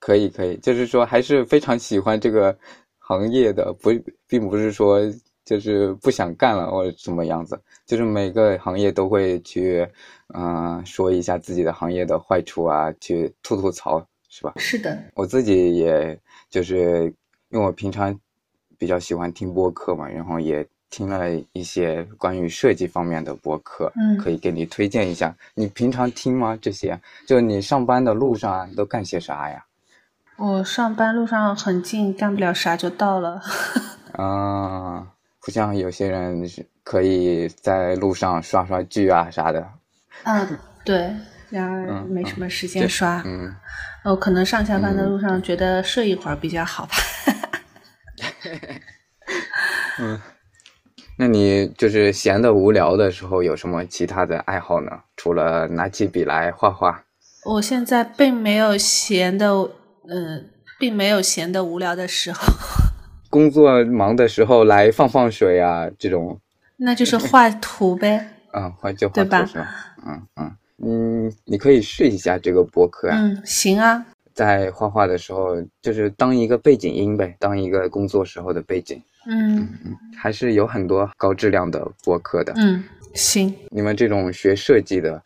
Speaker 1: 可以可以，就是说还是非常喜欢这个行业的，不，并不是说就是不想干了或者怎么样子，就是每个行业都会去，嗯、说一下自己的行业的坏处啊，去吐吐槽，是吧？
Speaker 2: 是的，
Speaker 1: 我自己也就是因为我平常比较喜欢听播客嘛，然后也听了一些关于设计方面的播客，
Speaker 2: 嗯
Speaker 1: 可以给你推荐一下。你平常听吗？这些？就你上班的路上啊你都干些啥呀？
Speaker 2: 我上班路上很近，干不了啥就到了。
Speaker 1: 啊，不像有些人是可以在路上刷刷剧啊啥的。
Speaker 2: 嗯，对，然而
Speaker 1: 嗯
Speaker 2: 没什么时间
Speaker 1: 对
Speaker 2: 刷。
Speaker 1: 嗯，
Speaker 2: 哦，可能上下班的路上觉得睡一会儿比较好吧。
Speaker 1: 那你就是闲的无聊的时候有什么其他的爱好呢？除了拿起笔来画画。
Speaker 2: 我现在并没有闲的，呃，并没有闲的无聊的时候，
Speaker 1: 工作忙的时候来放放水啊，这种，
Speaker 2: 那就是画图呗。
Speaker 1: 嗯，换就
Speaker 2: 对
Speaker 1: 换
Speaker 2: 吧
Speaker 1: 图是吧？嗯嗯嗯，你可以试一下这个播客啊，
Speaker 2: 嗯，行啊，
Speaker 1: 在画画的时候，就是当一个背景音呗，当一个工作时候的背景，
Speaker 2: 嗯
Speaker 1: 还是有很多高质量的播客的。
Speaker 2: 嗯，行，
Speaker 1: 你们这种学设计的，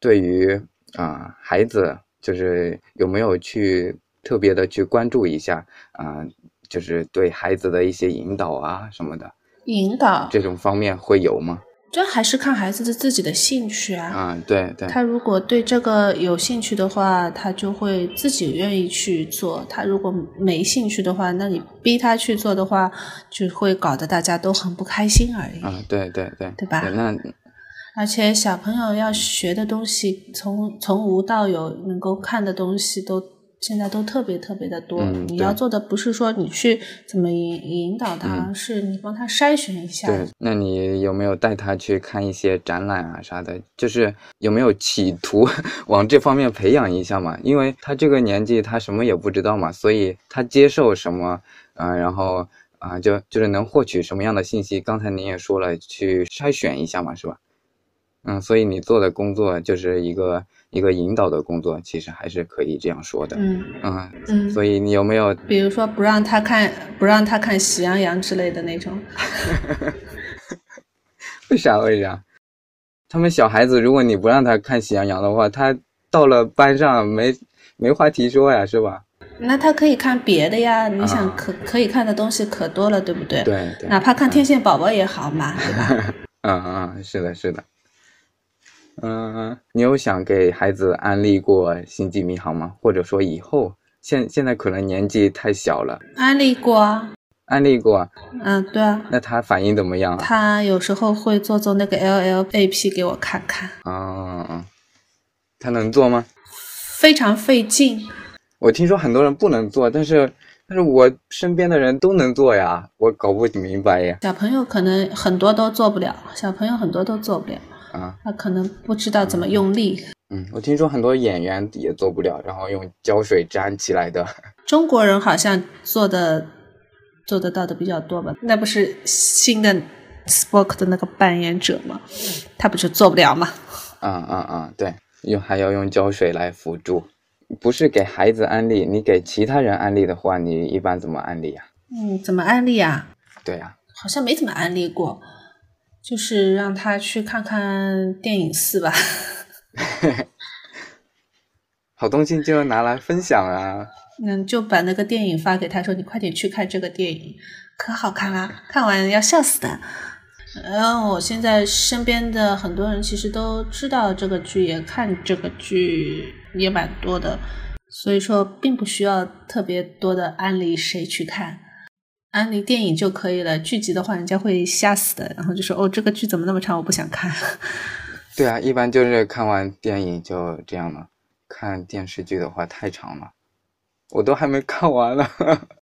Speaker 1: 对于啊、孩子，就是有没有去特别的去关注一下啊、就是对孩子的一些引导啊什么的，
Speaker 2: 引导
Speaker 1: 这种方面会有吗？
Speaker 2: 这还是看孩子的自己的兴趣啊。
Speaker 1: 啊，对对，
Speaker 2: 他如果对这个有兴趣的话，他就会自己愿意去做；他如果没兴趣的话，那你逼他去做的
Speaker 1: 啊
Speaker 2: 话，就会搞得大家都很不开心而已。
Speaker 1: 啊，对对对，
Speaker 2: 对吧
Speaker 1: 那
Speaker 2: 而且小朋友要学的东西，从从无到有能够看的东西都，现在都特别特别的多。
Speaker 1: 嗯
Speaker 2: 你
Speaker 1: 对
Speaker 2: 要做的不是说你去怎么引引导他，
Speaker 1: 嗯
Speaker 2: 是你帮他筛选一下。
Speaker 1: 对，那你有没有带他去看一些展览啊啥的？就是有没有企图 往这方面培养一下嘛？因为他这个年纪，他什么也不知道嘛，所以他接受什么，啊、然后啊、就就是能获取什么样的信息。刚才您也说了，去筛选一下嘛，是吧？嗯，所以你做的工作就是一个一个引导的工作，其实还是可以这样说的。
Speaker 2: 嗯
Speaker 1: 嗯，
Speaker 2: 嗯，
Speaker 1: 所以你有没有
Speaker 2: 比如说不让他看不让他看喜羊羊之类的那种。
Speaker 1: 为啥？为啥？他们小孩子，如果你不让他看喜羊羊的话，他到了班上没没话题说呀，是吧？
Speaker 2: 那他可以看别的呀，你想
Speaker 1: 啊
Speaker 2: 可、可以看的东西可多了，对不对？
Speaker 1: 对对，
Speaker 2: 哪怕看天线宝宝也好嘛，对吧？
Speaker 1: 嗯嗯，是的，是的。嗯，嗯，你有想给孩子安利过《星际迷航》吗？或者说以后现现在可能年纪太小了，
Speaker 2: 安利过啊，
Speaker 1: 安利过，
Speaker 2: 嗯，对啊，
Speaker 1: 那他反应怎么样啊？
Speaker 2: 他有时候会做做那个 L L A P 给我看看，
Speaker 1: 啊、嗯，他能做吗？
Speaker 2: 非常费劲。
Speaker 1: 我听说很多人不能做，但是但是我身边的人都能做呀，我搞不明白呀。
Speaker 2: 小朋友可能很多都做不了，小朋友很多都做不了，
Speaker 1: 啊、
Speaker 2: 他可能不知道怎么用力。
Speaker 1: 嗯，我听说很多演员也做不了，然后用胶水粘起来的。
Speaker 2: 中国人好像做的做得到的比较多吧？那不是新的 Spock 的那个扮演者吗？他不就做不了吗？
Speaker 1: 啊啊啊！对，用还要用胶水来辅助。不是给孩子安利，你给其他人安利的话，你一般怎么安利呀、
Speaker 2: 嗯，怎么安利啊？
Speaker 1: 对呀、
Speaker 2: 好像没怎么安利过，就是让他去看看电影四吧。
Speaker 1: 好东西就要拿来分享啊。
Speaker 2: 嗯，就把那个电影发给他说，你快点去看这个电影，可好看啦、看完要笑死的。然后我现在身边的很多人其实都知道这个剧，也看这个剧也蛮多的，所以说并不需要特别多的安利谁去看，安利电影就可以了。剧集的话，人家会吓死的，然后就说哦，这个剧怎么那么长，我不想看。
Speaker 1: 对啊，一般就是看完电影就这样了。看电视剧的话太长了，我都还没看完了，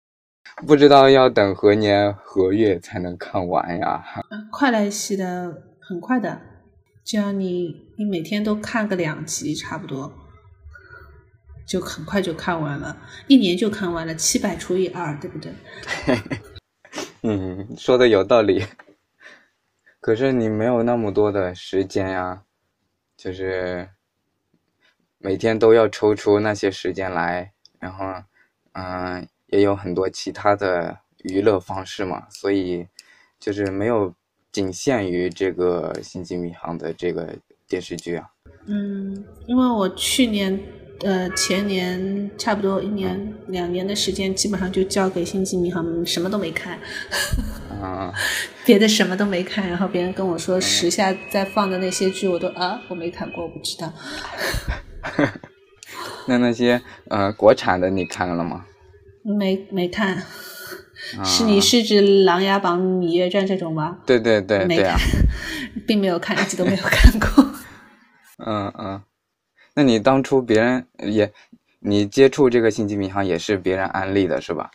Speaker 1: 不知道要等何年何月才能看完呀。
Speaker 2: 快来系的很快的，这样你你每天都看个两集差不多，就很快就看完了，一年就看完了，七百除以二，对不对？
Speaker 1: 嗯，说的有道理。可是你没有那么多的时间呀，就是每天都要抽出那些时间来，然后，嗯、也有很多其他的娱乐方式嘛，所以就是没有仅限于这个《星际迷航》的这个电视剧啊。
Speaker 2: 嗯，因为我去年呃前年差不多一年两年的时间，基本上就交给星际迷航，什么都没看，
Speaker 1: 啊、
Speaker 2: 别的什么都没看。然后别人跟我说时下在放的那些剧，我都啊我没看过，我不知道。
Speaker 1: 那那些呃国产的你看了吗？
Speaker 2: 没没看， 是
Speaker 1: 啊
Speaker 2: 你是指《琅琊榜》《芈月传》这种吗？
Speaker 1: 对对对
Speaker 2: 没
Speaker 1: 对啊
Speaker 2: 看，，并没有看，一直都没有看 过。
Speaker 1: 嗯嗯，那你当初别人也，你接触这个星际迷航也是别人安利的是吧？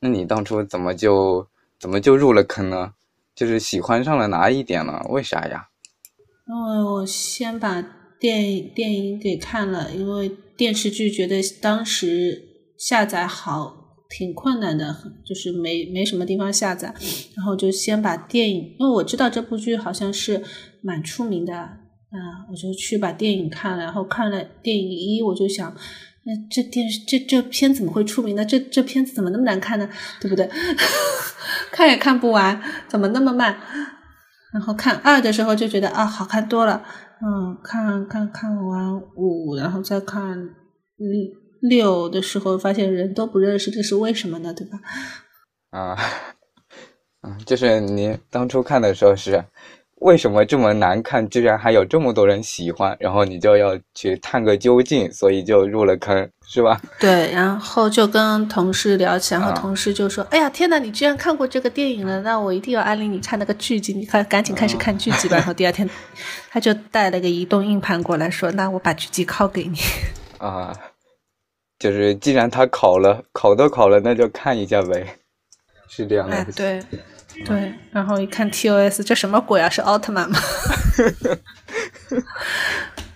Speaker 1: 那你当初怎么就怎么就入了坑呢？就是喜欢上了哪一点呢？为啥呀？
Speaker 2: 因为我先把电影电影给看了，因为电视剧觉得当时下载好挺困难的，就是没没什么地方下载，然后就先把电影，因为我知道这部剧好像是蛮出名的啊、我就去把电影看了，然后看了电影一，我就想。那这电视这这片怎么会出名呢？这这片子怎么那么难看呢？对不对？ 看也看不完，怎么那么慢？然后看二的时候就觉得啊，好看多了。嗯，看看看完五，然后再看六的时候，发现人都不认识，这是为什么呢？对吧？
Speaker 1: 啊啊，嗯，就是你当初看的时候是为什么这么难看，居然还有这么多人喜欢，然后你就要去探个究竟，所以就入了坑，是吧？
Speaker 2: 对，然后就跟同事聊起，然后
Speaker 1: 啊
Speaker 2: 同事就说：“哎呀，天哪，你居然看过这个电影了，那我一定要安利你看那个剧集，你快赶紧开始看剧集吧。”然后第二天，他就带了个移动硬盘过来，说：“那我把剧集拷给你。
Speaker 1: 啊，就是既然他考了，考都考了，那就看一下呗，是这”样的。
Speaker 2: 哎，对，对，然后一看 TOS，这什么鬼啊？是奥特 曼吗？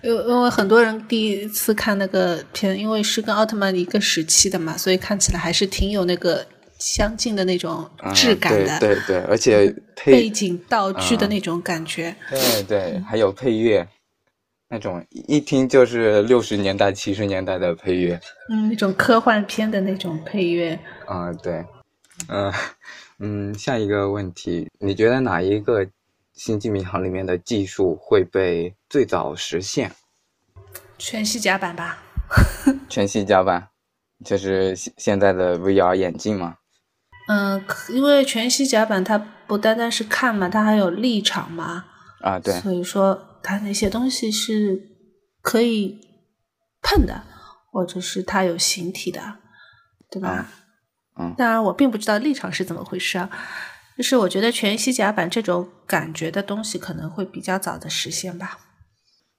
Speaker 2: 因为因为很多人第一次看那个片，因为是跟奥特曼一个时期的嘛，所以看起来还是挺有那个相近的那种
Speaker 1: 啊
Speaker 2: 质感的。嗯
Speaker 1: 对对对，而且
Speaker 2: 背
Speaker 1: 配
Speaker 2: 景道具的
Speaker 1: 嗯
Speaker 2: 那种感觉。
Speaker 1: 对对，
Speaker 2: 嗯
Speaker 1: 还有配乐，那种一一听就是六十年代、七十年代的配乐。
Speaker 2: 嗯，那种科幻片的那种配乐。
Speaker 1: 啊、对，嗯、嗯，下一个问题，你觉得哪一个《星际迷航》里面的技术会被最早实现？
Speaker 2: 全息甲板吧，
Speaker 1: 全息甲板，就是现现在的 VR 眼镜嘛？
Speaker 2: 嗯，可因为全息甲板它不单单是看嘛，它还有立场嘛，
Speaker 1: 啊，对，
Speaker 2: 所以说它那些东西是可以碰的，或者是它有形体的，对吧？
Speaker 1: 嗯嗯
Speaker 2: 当然，我并不知道立场是怎么回事啊。就是我觉得全息甲板这种感觉的东西可能会比较早的实现吧。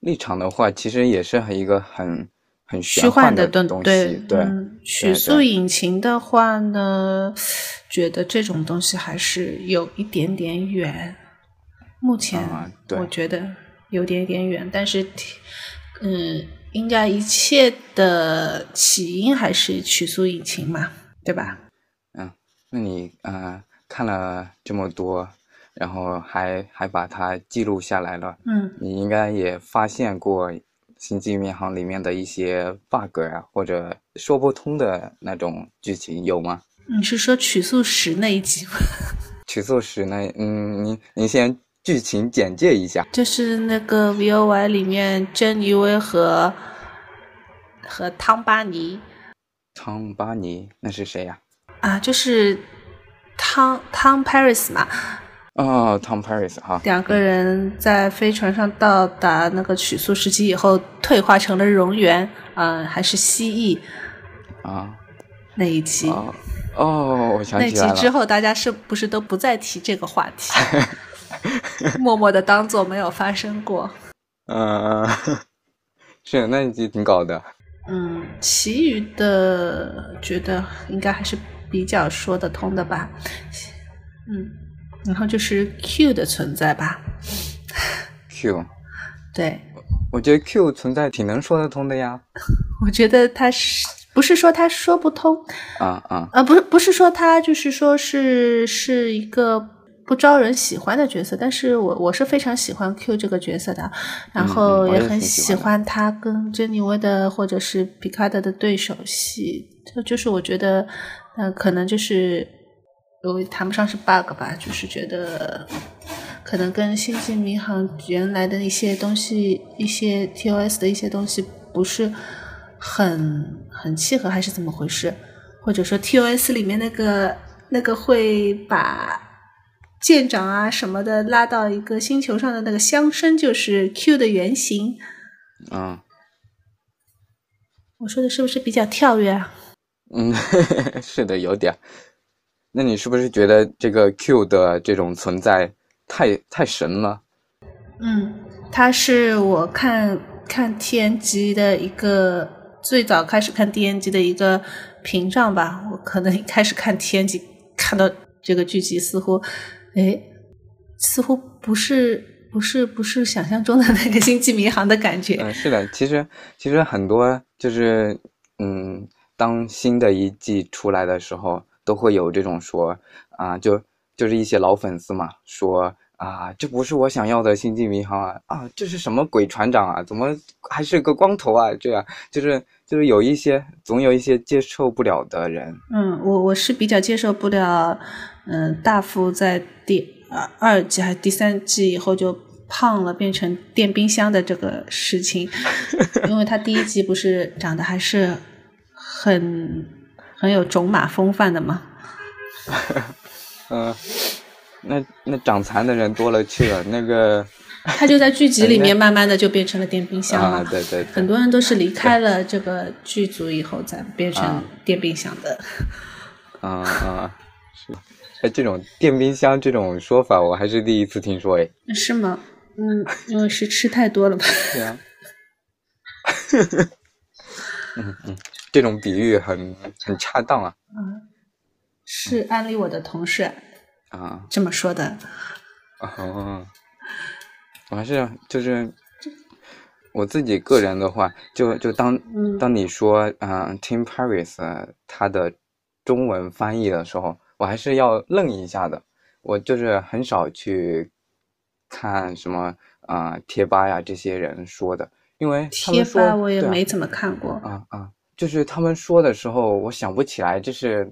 Speaker 1: 立场的话，其实也是很一个很很
Speaker 2: 虚
Speaker 1: 玄
Speaker 2: 幻
Speaker 1: 幻
Speaker 2: 的
Speaker 1: 东
Speaker 2: 东
Speaker 1: 西，
Speaker 2: 对
Speaker 1: 对，
Speaker 2: 嗯，曲
Speaker 1: 对
Speaker 2: 速引擎的话呢，觉得这种东西还是有一点点远。目前
Speaker 1: 啊对
Speaker 2: 我觉得有点点远，但是挺，嗯，应该一切的起因还是曲速引擎嘛，对吧？
Speaker 1: 嗯那你呃看了这么多，然后还还把它记录下来了，
Speaker 2: 嗯，
Speaker 1: 你应该也发现过《星际迷航》里面的一些 bug 啊，或者说不通的那种剧情有吗？
Speaker 2: 你是说曲速十那一集吗？
Speaker 1: 曲速时呢，嗯，你你先剧情简介一下
Speaker 2: 就是那个 V O Y 里面珍妮薇和和汤巴尼。
Speaker 1: 汤巴尼那是谁呀、
Speaker 2: 啊，就是汤汤 Paris 嘛，
Speaker 1: 哦，Tom Paris 哈、
Speaker 2: 两个人在飞船上到达那个曲速时期以后，退化成了蝾螈，嗯、还是蜥蜴
Speaker 1: 啊
Speaker 2: 那一集。
Speaker 1: 哦哦，我想
Speaker 2: 那
Speaker 1: 起
Speaker 2: 集
Speaker 1: 来
Speaker 2: 之
Speaker 1: 了，
Speaker 2: 后，大家是不是都不再提这个话 题，默默的当做没有发生过？
Speaker 1: 嗯、 是那一集挺搞的。
Speaker 2: 嗯，其余的觉得应该还是比较说得通的吧。嗯，然后就是 Q 的存在吧，
Speaker 1: Q，
Speaker 2: 对，
Speaker 1: 我觉得 Q 存在挺能说得通的呀。
Speaker 2: 我觉得他是不是说他说不通？
Speaker 1: 啊啊
Speaker 2: 呃，不是，不是说他就是说是是一个不招人喜欢的角色，但是我我是非常喜欢 Q 这个角色的，然
Speaker 1: 嗯
Speaker 2: 后
Speaker 1: 嗯我也
Speaker 2: 很
Speaker 1: 挺喜
Speaker 2: 喜
Speaker 1: 欢
Speaker 2: 欢他跟珍妮薇的或者是皮卡德的对手戏，就就是我觉得，呃，可能就是我谈不上是 bug 吧，就是觉得可能跟星际迷航原来的一些东西，一些 TOS 的一些东西不是很很契合，还是怎么回事？或者说 TOS 里面那个那个会把舰长啊什么的拉到一个星球上的那个乡绅，就是 Q 的原型。
Speaker 1: 嗯
Speaker 2: 我说的是不是比较跳跃啊？
Speaker 1: 嗯， 是的，有点儿。那你是不是觉得这个 Q 的这种存在太太神了？
Speaker 2: 嗯，他是我看看 TNG 的一个最早开始看 TNG 的一个屏障吧。我可能一开始看 TNG 看到这个剧集，似乎，哎，似乎不是不是不是想象中的那个 星际迷航的感觉。
Speaker 1: 嗯，是的，其实其实很多就是，嗯，当新的一季出来的时候，都会有这种说啊，就就是一些老粉丝嘛，说啊，这不是我想要的星际迷航啊，啊，这是什么鬼船长啊，怎么还是个光头啊？这样就是就是有一些总有一些接受不了的人，
Speaker 2: 嗯，我我是比较接受不了，嗯，大副在第二二季还是第三季以后就胖了，变成电冰箱的这个 事情，因为他第一集不是长得还是 很很有种马风范的嘛，
Speaker 1: 嗯、那那长残的人多了去了，那个
Speaker 2: 它就在剧集里面慢慢的就变成了电冰箱
Speaker 1: 哎啊
Speaker 2: 了。，
Speaker 1: 对对对，
Speaker 2: 很多人都是离开了这个剧组以后才变成
Speaker 1: 啊
Speaker 2: 电冰箱的。
Speaker 1: 啊啊，是，哎，这种电冰箱这种说法我还是第一次听说，哎，
Speaker 2: 是吗？嗯，因为是吃太多了吧。
Speaker 1: 对啊，嗯嗯，这种比喻很很恰当啊
Speaker 2: 是安利我的同事
Speaker 1: 啊
Speaker 2: 这么说的。
Speaker 1: 哦，我还是就是我自己个人的话，就就当
Speaker 2: 嗯
Speaker 1: 当你说嗯、呃 Tim Paris 呃他的中文翻译的时候，我还是要愣一下的。我就是很少去看什么啊、呃贴吧呀这些人说的，因为他
Speaker 2: 贴
Speaker 1: 们说
Speaker 2: 吧我也
Speaker 1: 对啊
Speaker 2: 没怎么看过。
Speaker 1: 啊啊，就是他们说的时候，我想不起来这是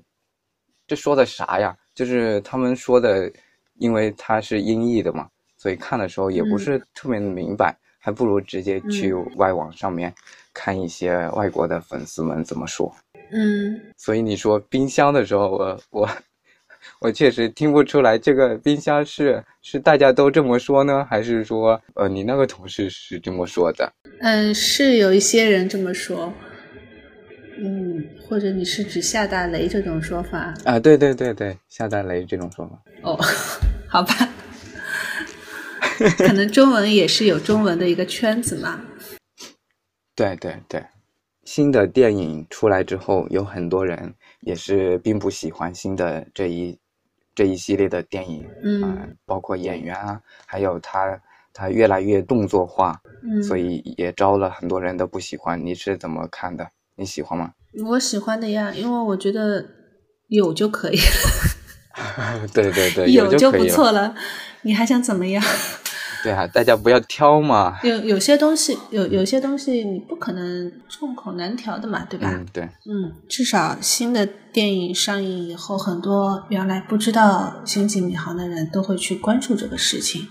Speaker 1: 这说的啥呀？就是他们说的，因为它是音译的嘛，所以看的时候也不
Speaker 2: 嗯
Speaker 1: 是特别的明白，还不如直接去外网上面看一些外国的粉丝们怎么说。
Speaker 2: 嗯，
Speaker 1: 所以你说冰箱的时候，我我我确实听不出来，这个冰箱是是大家都这么说呢，还是说呃你那个同事是这么说的？
Speaker 2: 嗯，是有一些人这么说。嗯，或者你是指下大雷这种说法？
Speaker 1: 啊，对对对对，下蛋雷这种说法。
Speaker 2: 哦， 好吧。可能中文也是有中文的一个圈子嘛。
Speaker 1: 对对对，新的电影出来之后，有很多人也是并不喜欢新的这一这一系列的电影，
Speaker 2: 嗯
Speaker 1: 啊包括演员啊，还有他他越来越动作化，
Speaker 2: 嗯，
Speaker 1: 所以也招了很多人的不喜欢。你是怎么看的？你喜欢吗？
Speaker 2: 我喜欢的呀，因为我觉得有就可以
Speaker 1: 对对对，
Speaker 2: 有
Speaker 1: 就可
Speaker 2: 不
Speaker 1: 以了。
Speaker 2: 错了，你还想怎么样？
Speaker 1: 对啊，大家不要挑嘛。
Speaker 2: 有有些东西，有有些东西你不可能众口难调的 嘛，对吧？
Speaker 1: 嗯，对，
Speaker 2: 嗯，至少新的电影上映以后，很多原来不知道《星际迷航》的人都会去关注这个事情。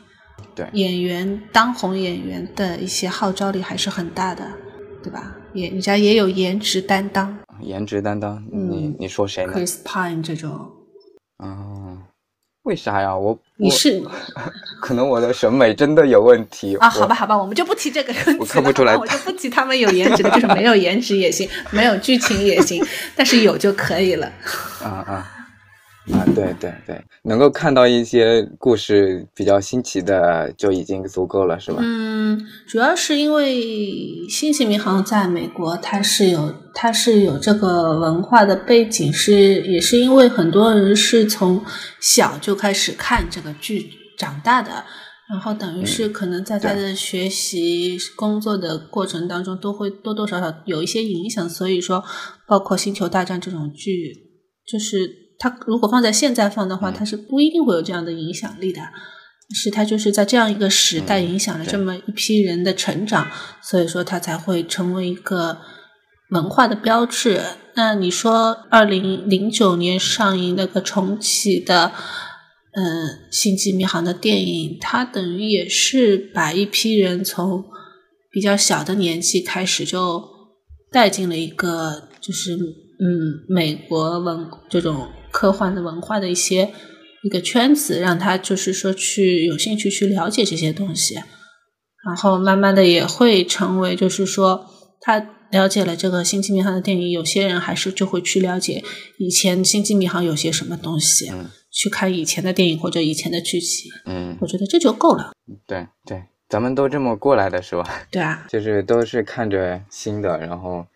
Speaker 1: 对
Speaker 2: 演员当红演员的一些号召力还是很大的，对吧？也人家也有颜值担当
Speaker 1: 颜值担当，你
Speaker 2: 嗯
Speaker 1: 你说谁呢？
Speaker 2: ，Chris Pine 这种，
Speaker 1: 哦，为啥呀？我
Speaker 2: 你
Speaker 1: 我
Speaker 2: 是
Speaker 1: 可能我的审美真的有问题
Speaker 2: 啊，
Speaker 1: 我
Speaker 2: 好吧，好吧，我们就不提这个问题了，
Speaker 1: 我看不出来
Speaker 2: 好吧我就不提他们有颜值的，就是没有颜值也行，没有剧情也行，但是有就可以了。
Speaker 1: 啊啊啊！对对对，能够看到一些故事比较新奇的就已经足够了，是吧？
Speaker 2: 嗯，主要是因为《星际迷航》在美国，它是有它是有这个文化的背景，是也是因为很多人是从小就开始看这个剧长大的，然后等于
Speaker 1: 嗯
Speaker 2: 是可能在他的学习、工作的过程当中，都会多多少少有一些影响。所以说，包括《星球大战》这种剧，就是它如果放在现在放的话，
Speaker 1: 嗯
Speaker 2: 它是不一定会有这样的影响力的。但是它就是在这样一个时代
Speaker 1: 嗯
Speaker 2: 影响了
Speaker 1: 对
Speaker 2: 这么一批人的成长，所以说它才会成为一个文化的标志。那你说，二零零九年上映那个重启的，嗯，《星际迷航》的电影，它等于也是把一批人从比较小的年纪开始就带进了一个，就是嗯，美国文这种科幻的文化的一些一个圈子，让他就是说去有兴趣去了解这些东西。然后慢慢的也会成为，就是说他了解了这个《星际迷航》的电影，有些人还是就会去了解以前《星际迷航》有些什么东西，
Speaker 1: 嗯
Speaker 2: 去看以前的电影或者以前的剧集，
Speaker 1: 嗯，
Speaker 2: 我觉得这就够了，
Speaker 1: 对对，咱们都这么过来的是吧？
Speaker 2: 对啊，
Speaker 1: 就是都是看着新的，然后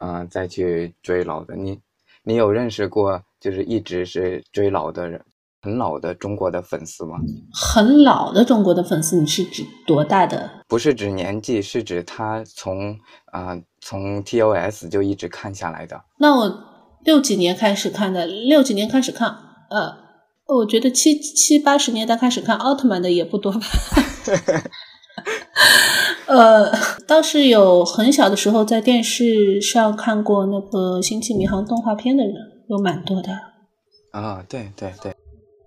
Speaker 1: 嗯、呃再去追老的。你你有认识过就是一直是追老的人，很老的中国的粉丝吗？
Speaker 2: 很老的中国的粉丝，你是指多大的？
Speaker 1: 不是指年纪，是指他从啊、呃从 TOS 就一直看下来的。
Speaker 2: 那我六几年开始看的，六几年开始看，呃。我觉得七七八十年代开始看奥特曼的也不多吧， 呃，倒是有很小的时候在电视上看过那个《星际迷航》动画片的人有蛮多的，
Speaker 1: 啊，对对对，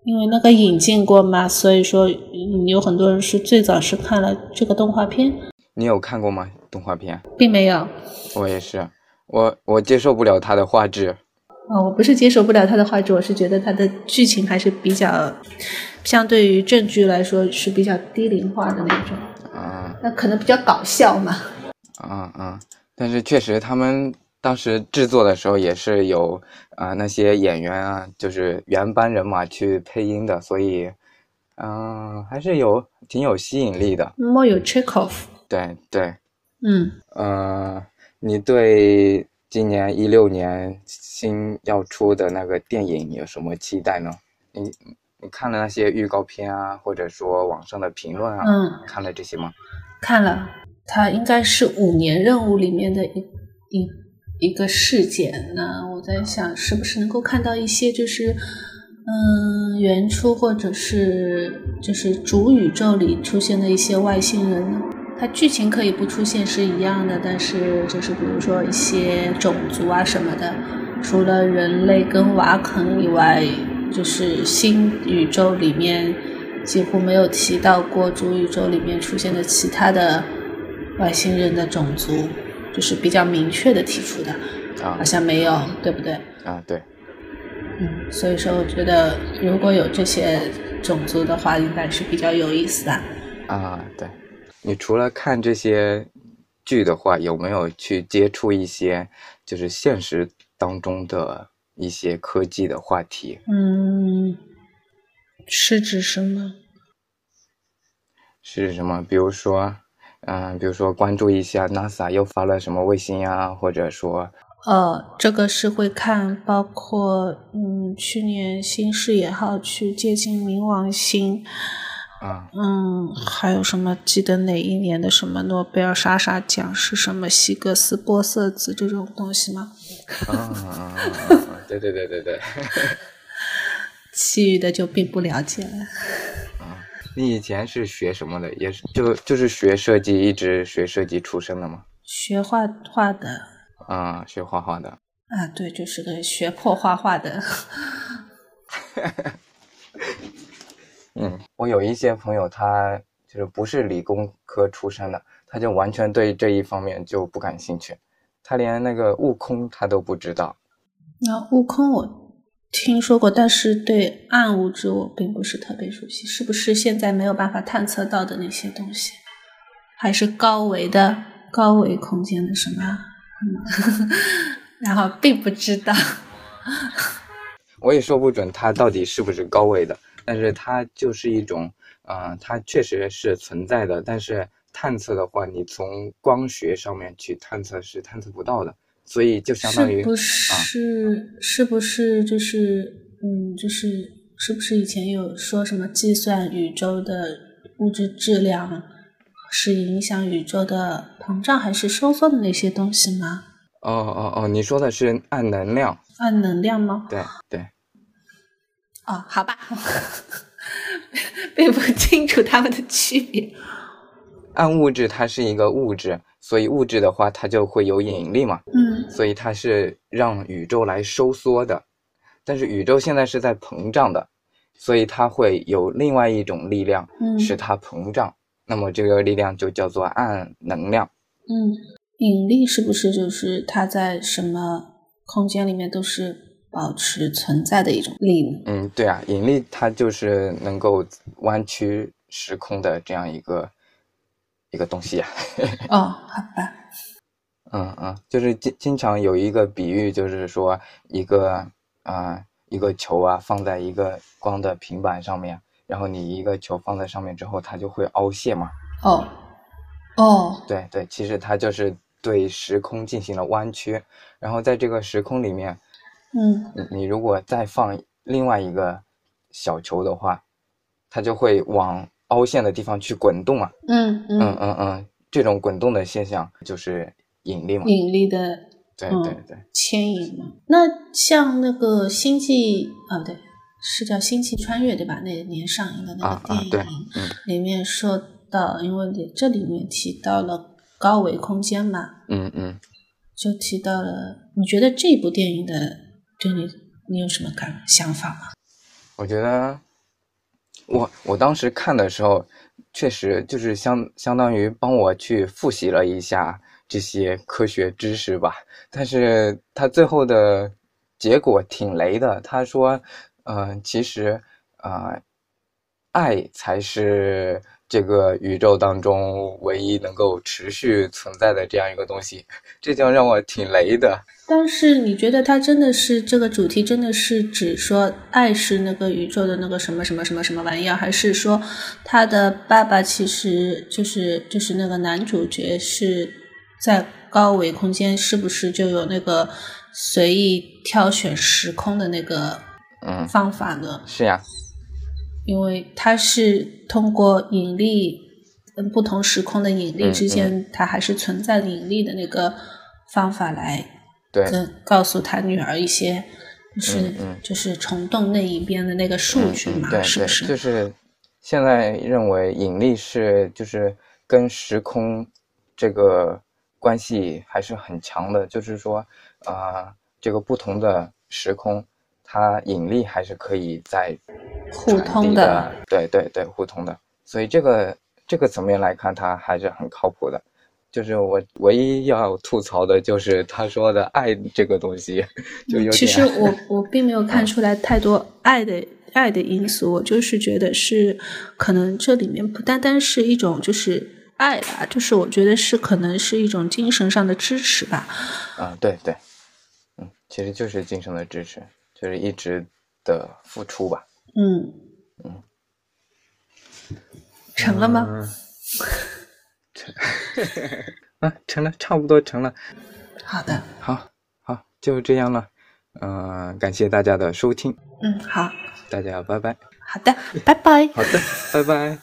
Speaker 2: 因为那个引进过嘛，所以说嗯有很多人是最早是看了这个动画片，
Speaker 1: 你有看过吗？动画片？
Speaker 2: 并没有。
Speaker 1: 我也是，我我接受不了它的画质。
Speaker 2: 呃啊、我不是接受不了他的画质，我是觉得他的剧情还是比较相对于正剧来说是比较低龄化的那种，
Speaker 1: 啊
Speaker 2: 那可能比较搞笑嘛。
Speaker 1: 啊啊！但是确实，他们当时制作的时候也是有啊、那些演员啊，就是原班人马去配音的，所以嗯、还是有挺有吸引力的。
Speaker 2: 莫有 Chekhov，
Speaker 1: 对对，
Speaker 2: 嗯，
Speaker 1: 呃，你对今年一六年新要出的那个电影有什么期待呢？你你看了那些预告片啊，或者说网上的评论啊，
Speaker 2: 嗯
Speaker 1: 看了这些吗？
Speaker 2: 看了，它应该是五年任务里面的一一一个事件。那我在想，是不是能够看到一些就是，嗯，原初或者是就是主宇宙里出现的一些外星人呢？它剧情可以不出现是一样的，但是就是比如说一些种族啊什么的，除了人类跟瓦肯以外，就是新宇宙里面几乎没有提到过主宇宙里面出现的其他的外星人的种族，就是比较明确的提出的，
Speaker 1: 啊
Speaker 2: 好像没有，对不对？
Speaker 1: 啊，对，
Speaker 2: 嗯，所以说我觉得如果有这些种族的话，应该是比较有意思的。
Speaker 1: 啊，对，你除了看这些剧的话，有没有去接触一些就是现实当中的一些科技的话题？
Speaker 2: 嗯，是指什么？
Speaker 1: 是什么？比如说，嗯、比如说关注一下 NASA 又发了什么卫星呀、或者说，
Speaker 2: 呃，这个是会看，包括嗯，去年新视野号去接近冥王星，
Speaker 1: 啊
Speaker 2: 嗯，还有什么？记得哪一年的什么诺贝尔啥啥奖是什么希格斯玻色子这种东西吗？
Speaker 1: 啊啊，对对对对对。
Speaker 2: 其余的就并不了解了。
Speaker 1: 你以前是学什么的？也是就就是学设计，一直学设计出身的吗？
Speaker 2: 学画画的
Speaker 1: 啊、学画画的。
Speaker 2: 啊，对，就是个学破画画的。
Speaker 1: 嗯，我有一些朋友，他就是不是理工科出身的，他就完全对这一方面就不感兴趣，他连那个悟空他都不知道。
Speaker 2: 那悟空我听说过，但是对暗物质我并不是特别熟悉，是不是现在没有办法探测到的那些东西，还是高维的高维空间的什么啊？嗯然后并不知道。
Speaker 1: 我也说不准它到底是不是高维的，但是它就是一种，呃，它确实是存在的，但是探测的话，你从光学上面去探测是探测不到的，所以就相当于哦啊
Speaker 2: 是不是、是不是就是嗯，就是是不是以前有说什么计算宇宙的物质质量是影响宇宙的膨胀还是收缩的那些东西吗？
Speaker 1: 哦哦哦，你说的是暗能量，
Speaker 2: 按能量吗？
Speaker 1: 对对，
Speaker 2: 哦，好吧， 并不清楚它们的区别。
Speaker 1: 暗物质它是一个物质，所以物质的话它就会有引力嘛，
Speaker 2: 嗯
Speaker 1: 所以它是让宇宙来收缩的，但是宇宙现在是在膨胀的，所以它会有另外一种力量。
Speaker 2: 嗯
Speaker 1: 使它膨胀，那么这个力量就叫做暗能量。
Speaker 2: 嗯，引力是不是就是它在什么空间里面都是保持存在的一种力呢？
Speaker 1: 嗯，对啊，引力它就是能够弯曲时空的这样一个一个东西啊。
Speaker 2: 哦，好吧。
Speaker 1: 嗯嗯，就是经经常有一个比喻，就是说一个啊、一个球啊放在一个光的平板上面，然后你一个球放在上面之后，它就会凹陷嘛。
Speaker 2: 哦，哦，
Speaker 1: 对对，其实它就是对时空进行了弯曲，然后在这个时空里面，
Speaker 2: 嗯，
Speaker 1: 你你如果再放另外一个小球的话，它就会往凹陷的地方去滚动嘛。
Speaker 2: 嗯
Speaker 1: 嗯
Speaker 2: 嗯，
Speaker 1: 嗯嗯，这种滚动的现象就是引力嘛。
Speaker 2: 引力的
Speaker 1: 对
Speaker 2: 嗯
Speaker 1: 对对，
Speaker 2: 牵引嘛。那像那个星际啊，不对，是叫《星际穿越》对吧？那年上映的那
Speaker 1: 啊
Speaker 2: 个
Speaker 1: 啊
Speaker 2: 电影、
Speaker 1: 对，嗯
Speaker 2: 里面说到，因为你这里面提到了高维空间嘛，
Speaker 1: 嗯嗯，
Speaker 2: 就提到了。你觉得这部电影的对你，你有什么感想法吗？
Speaker 1: 我觉得我我当时看的时候，确实就是相相当于帮我去复习了一下这些科学知识吧。但是他最后的结果挺雷的，他说，嗯、其实，呃，爱才是这个宇宙当中唯一能够持续存在的这样一个东西，这就让我挺雷的。
Speaker 2: 但是你觉得它真的是这个主题，真的是指说爱是那个宇宙的那个什么什么什么什么玩意儿，还是说他的爸爸其实就是就是那个男主角是在高维空间，是不是就有那个随意挑选时空的那个
Speaker 1: 嗯，
Speaker 2: 方法呢？
Speaker 1: 是呀，
Speaker 2: 因为它是通过引力，嗯，不同时空的引力
Speaker 1: 嗯
Speaker 2: 之间，它还是存在引力的那个方法来
Speaker 1: 对，
Speaker 2: 跟告诉他女儿一些，就是、
Speaker 1: 嗯嗯
Speaker 2: 就是虫洞那一边的那个数据
Speaker 1: 嗯嗯
Speaker 2: 嘛，
Speaker 1: 对
Speaker 2: 是
Speaker 1: 对，
Speaker 2: 不是？
Speaker 1: 就是现在认为引力是就是跟时空这个关系还是很强的，就是说啊、呃这个不同的时空，它引力还是可以在
Speaker 2: 互
Speaker 1: 传
Speaker 2: 通
Speaker 1: 递
Speaker 2: 的
Speaker 1: 的，对对对，互通的。所以这个这个层面来看，它还是很靠谱的。就是我唯一要吐槽的就是他说的爱这个东西，就有点
Speaker 2: 其实我我并没有看出来太多爱的爱的因素，我就是觉得是可能这里面不单单是一种就是爱吧，就是我觉得是可能是一种精神上的支持吧。
Speaker 1: 啊，对对，嗯，其实就是精神的支持，就是一直的付出吧。
Speaker 2: 嗯，成了
Speaker 1: 嗯
Speaker 2: 吗？
Speaker 1: 啊，成了，差不多成了。
Speaker 2: 好的，
Speaker 1: 好，好，就这样了。嗯、感谢大家的收听，
Speaker 2: 嗯，好，
Speaker 1: 大家拜拜。
Speaker 2: 好的，拜拜。
Speaker 1: 好的，拜拜。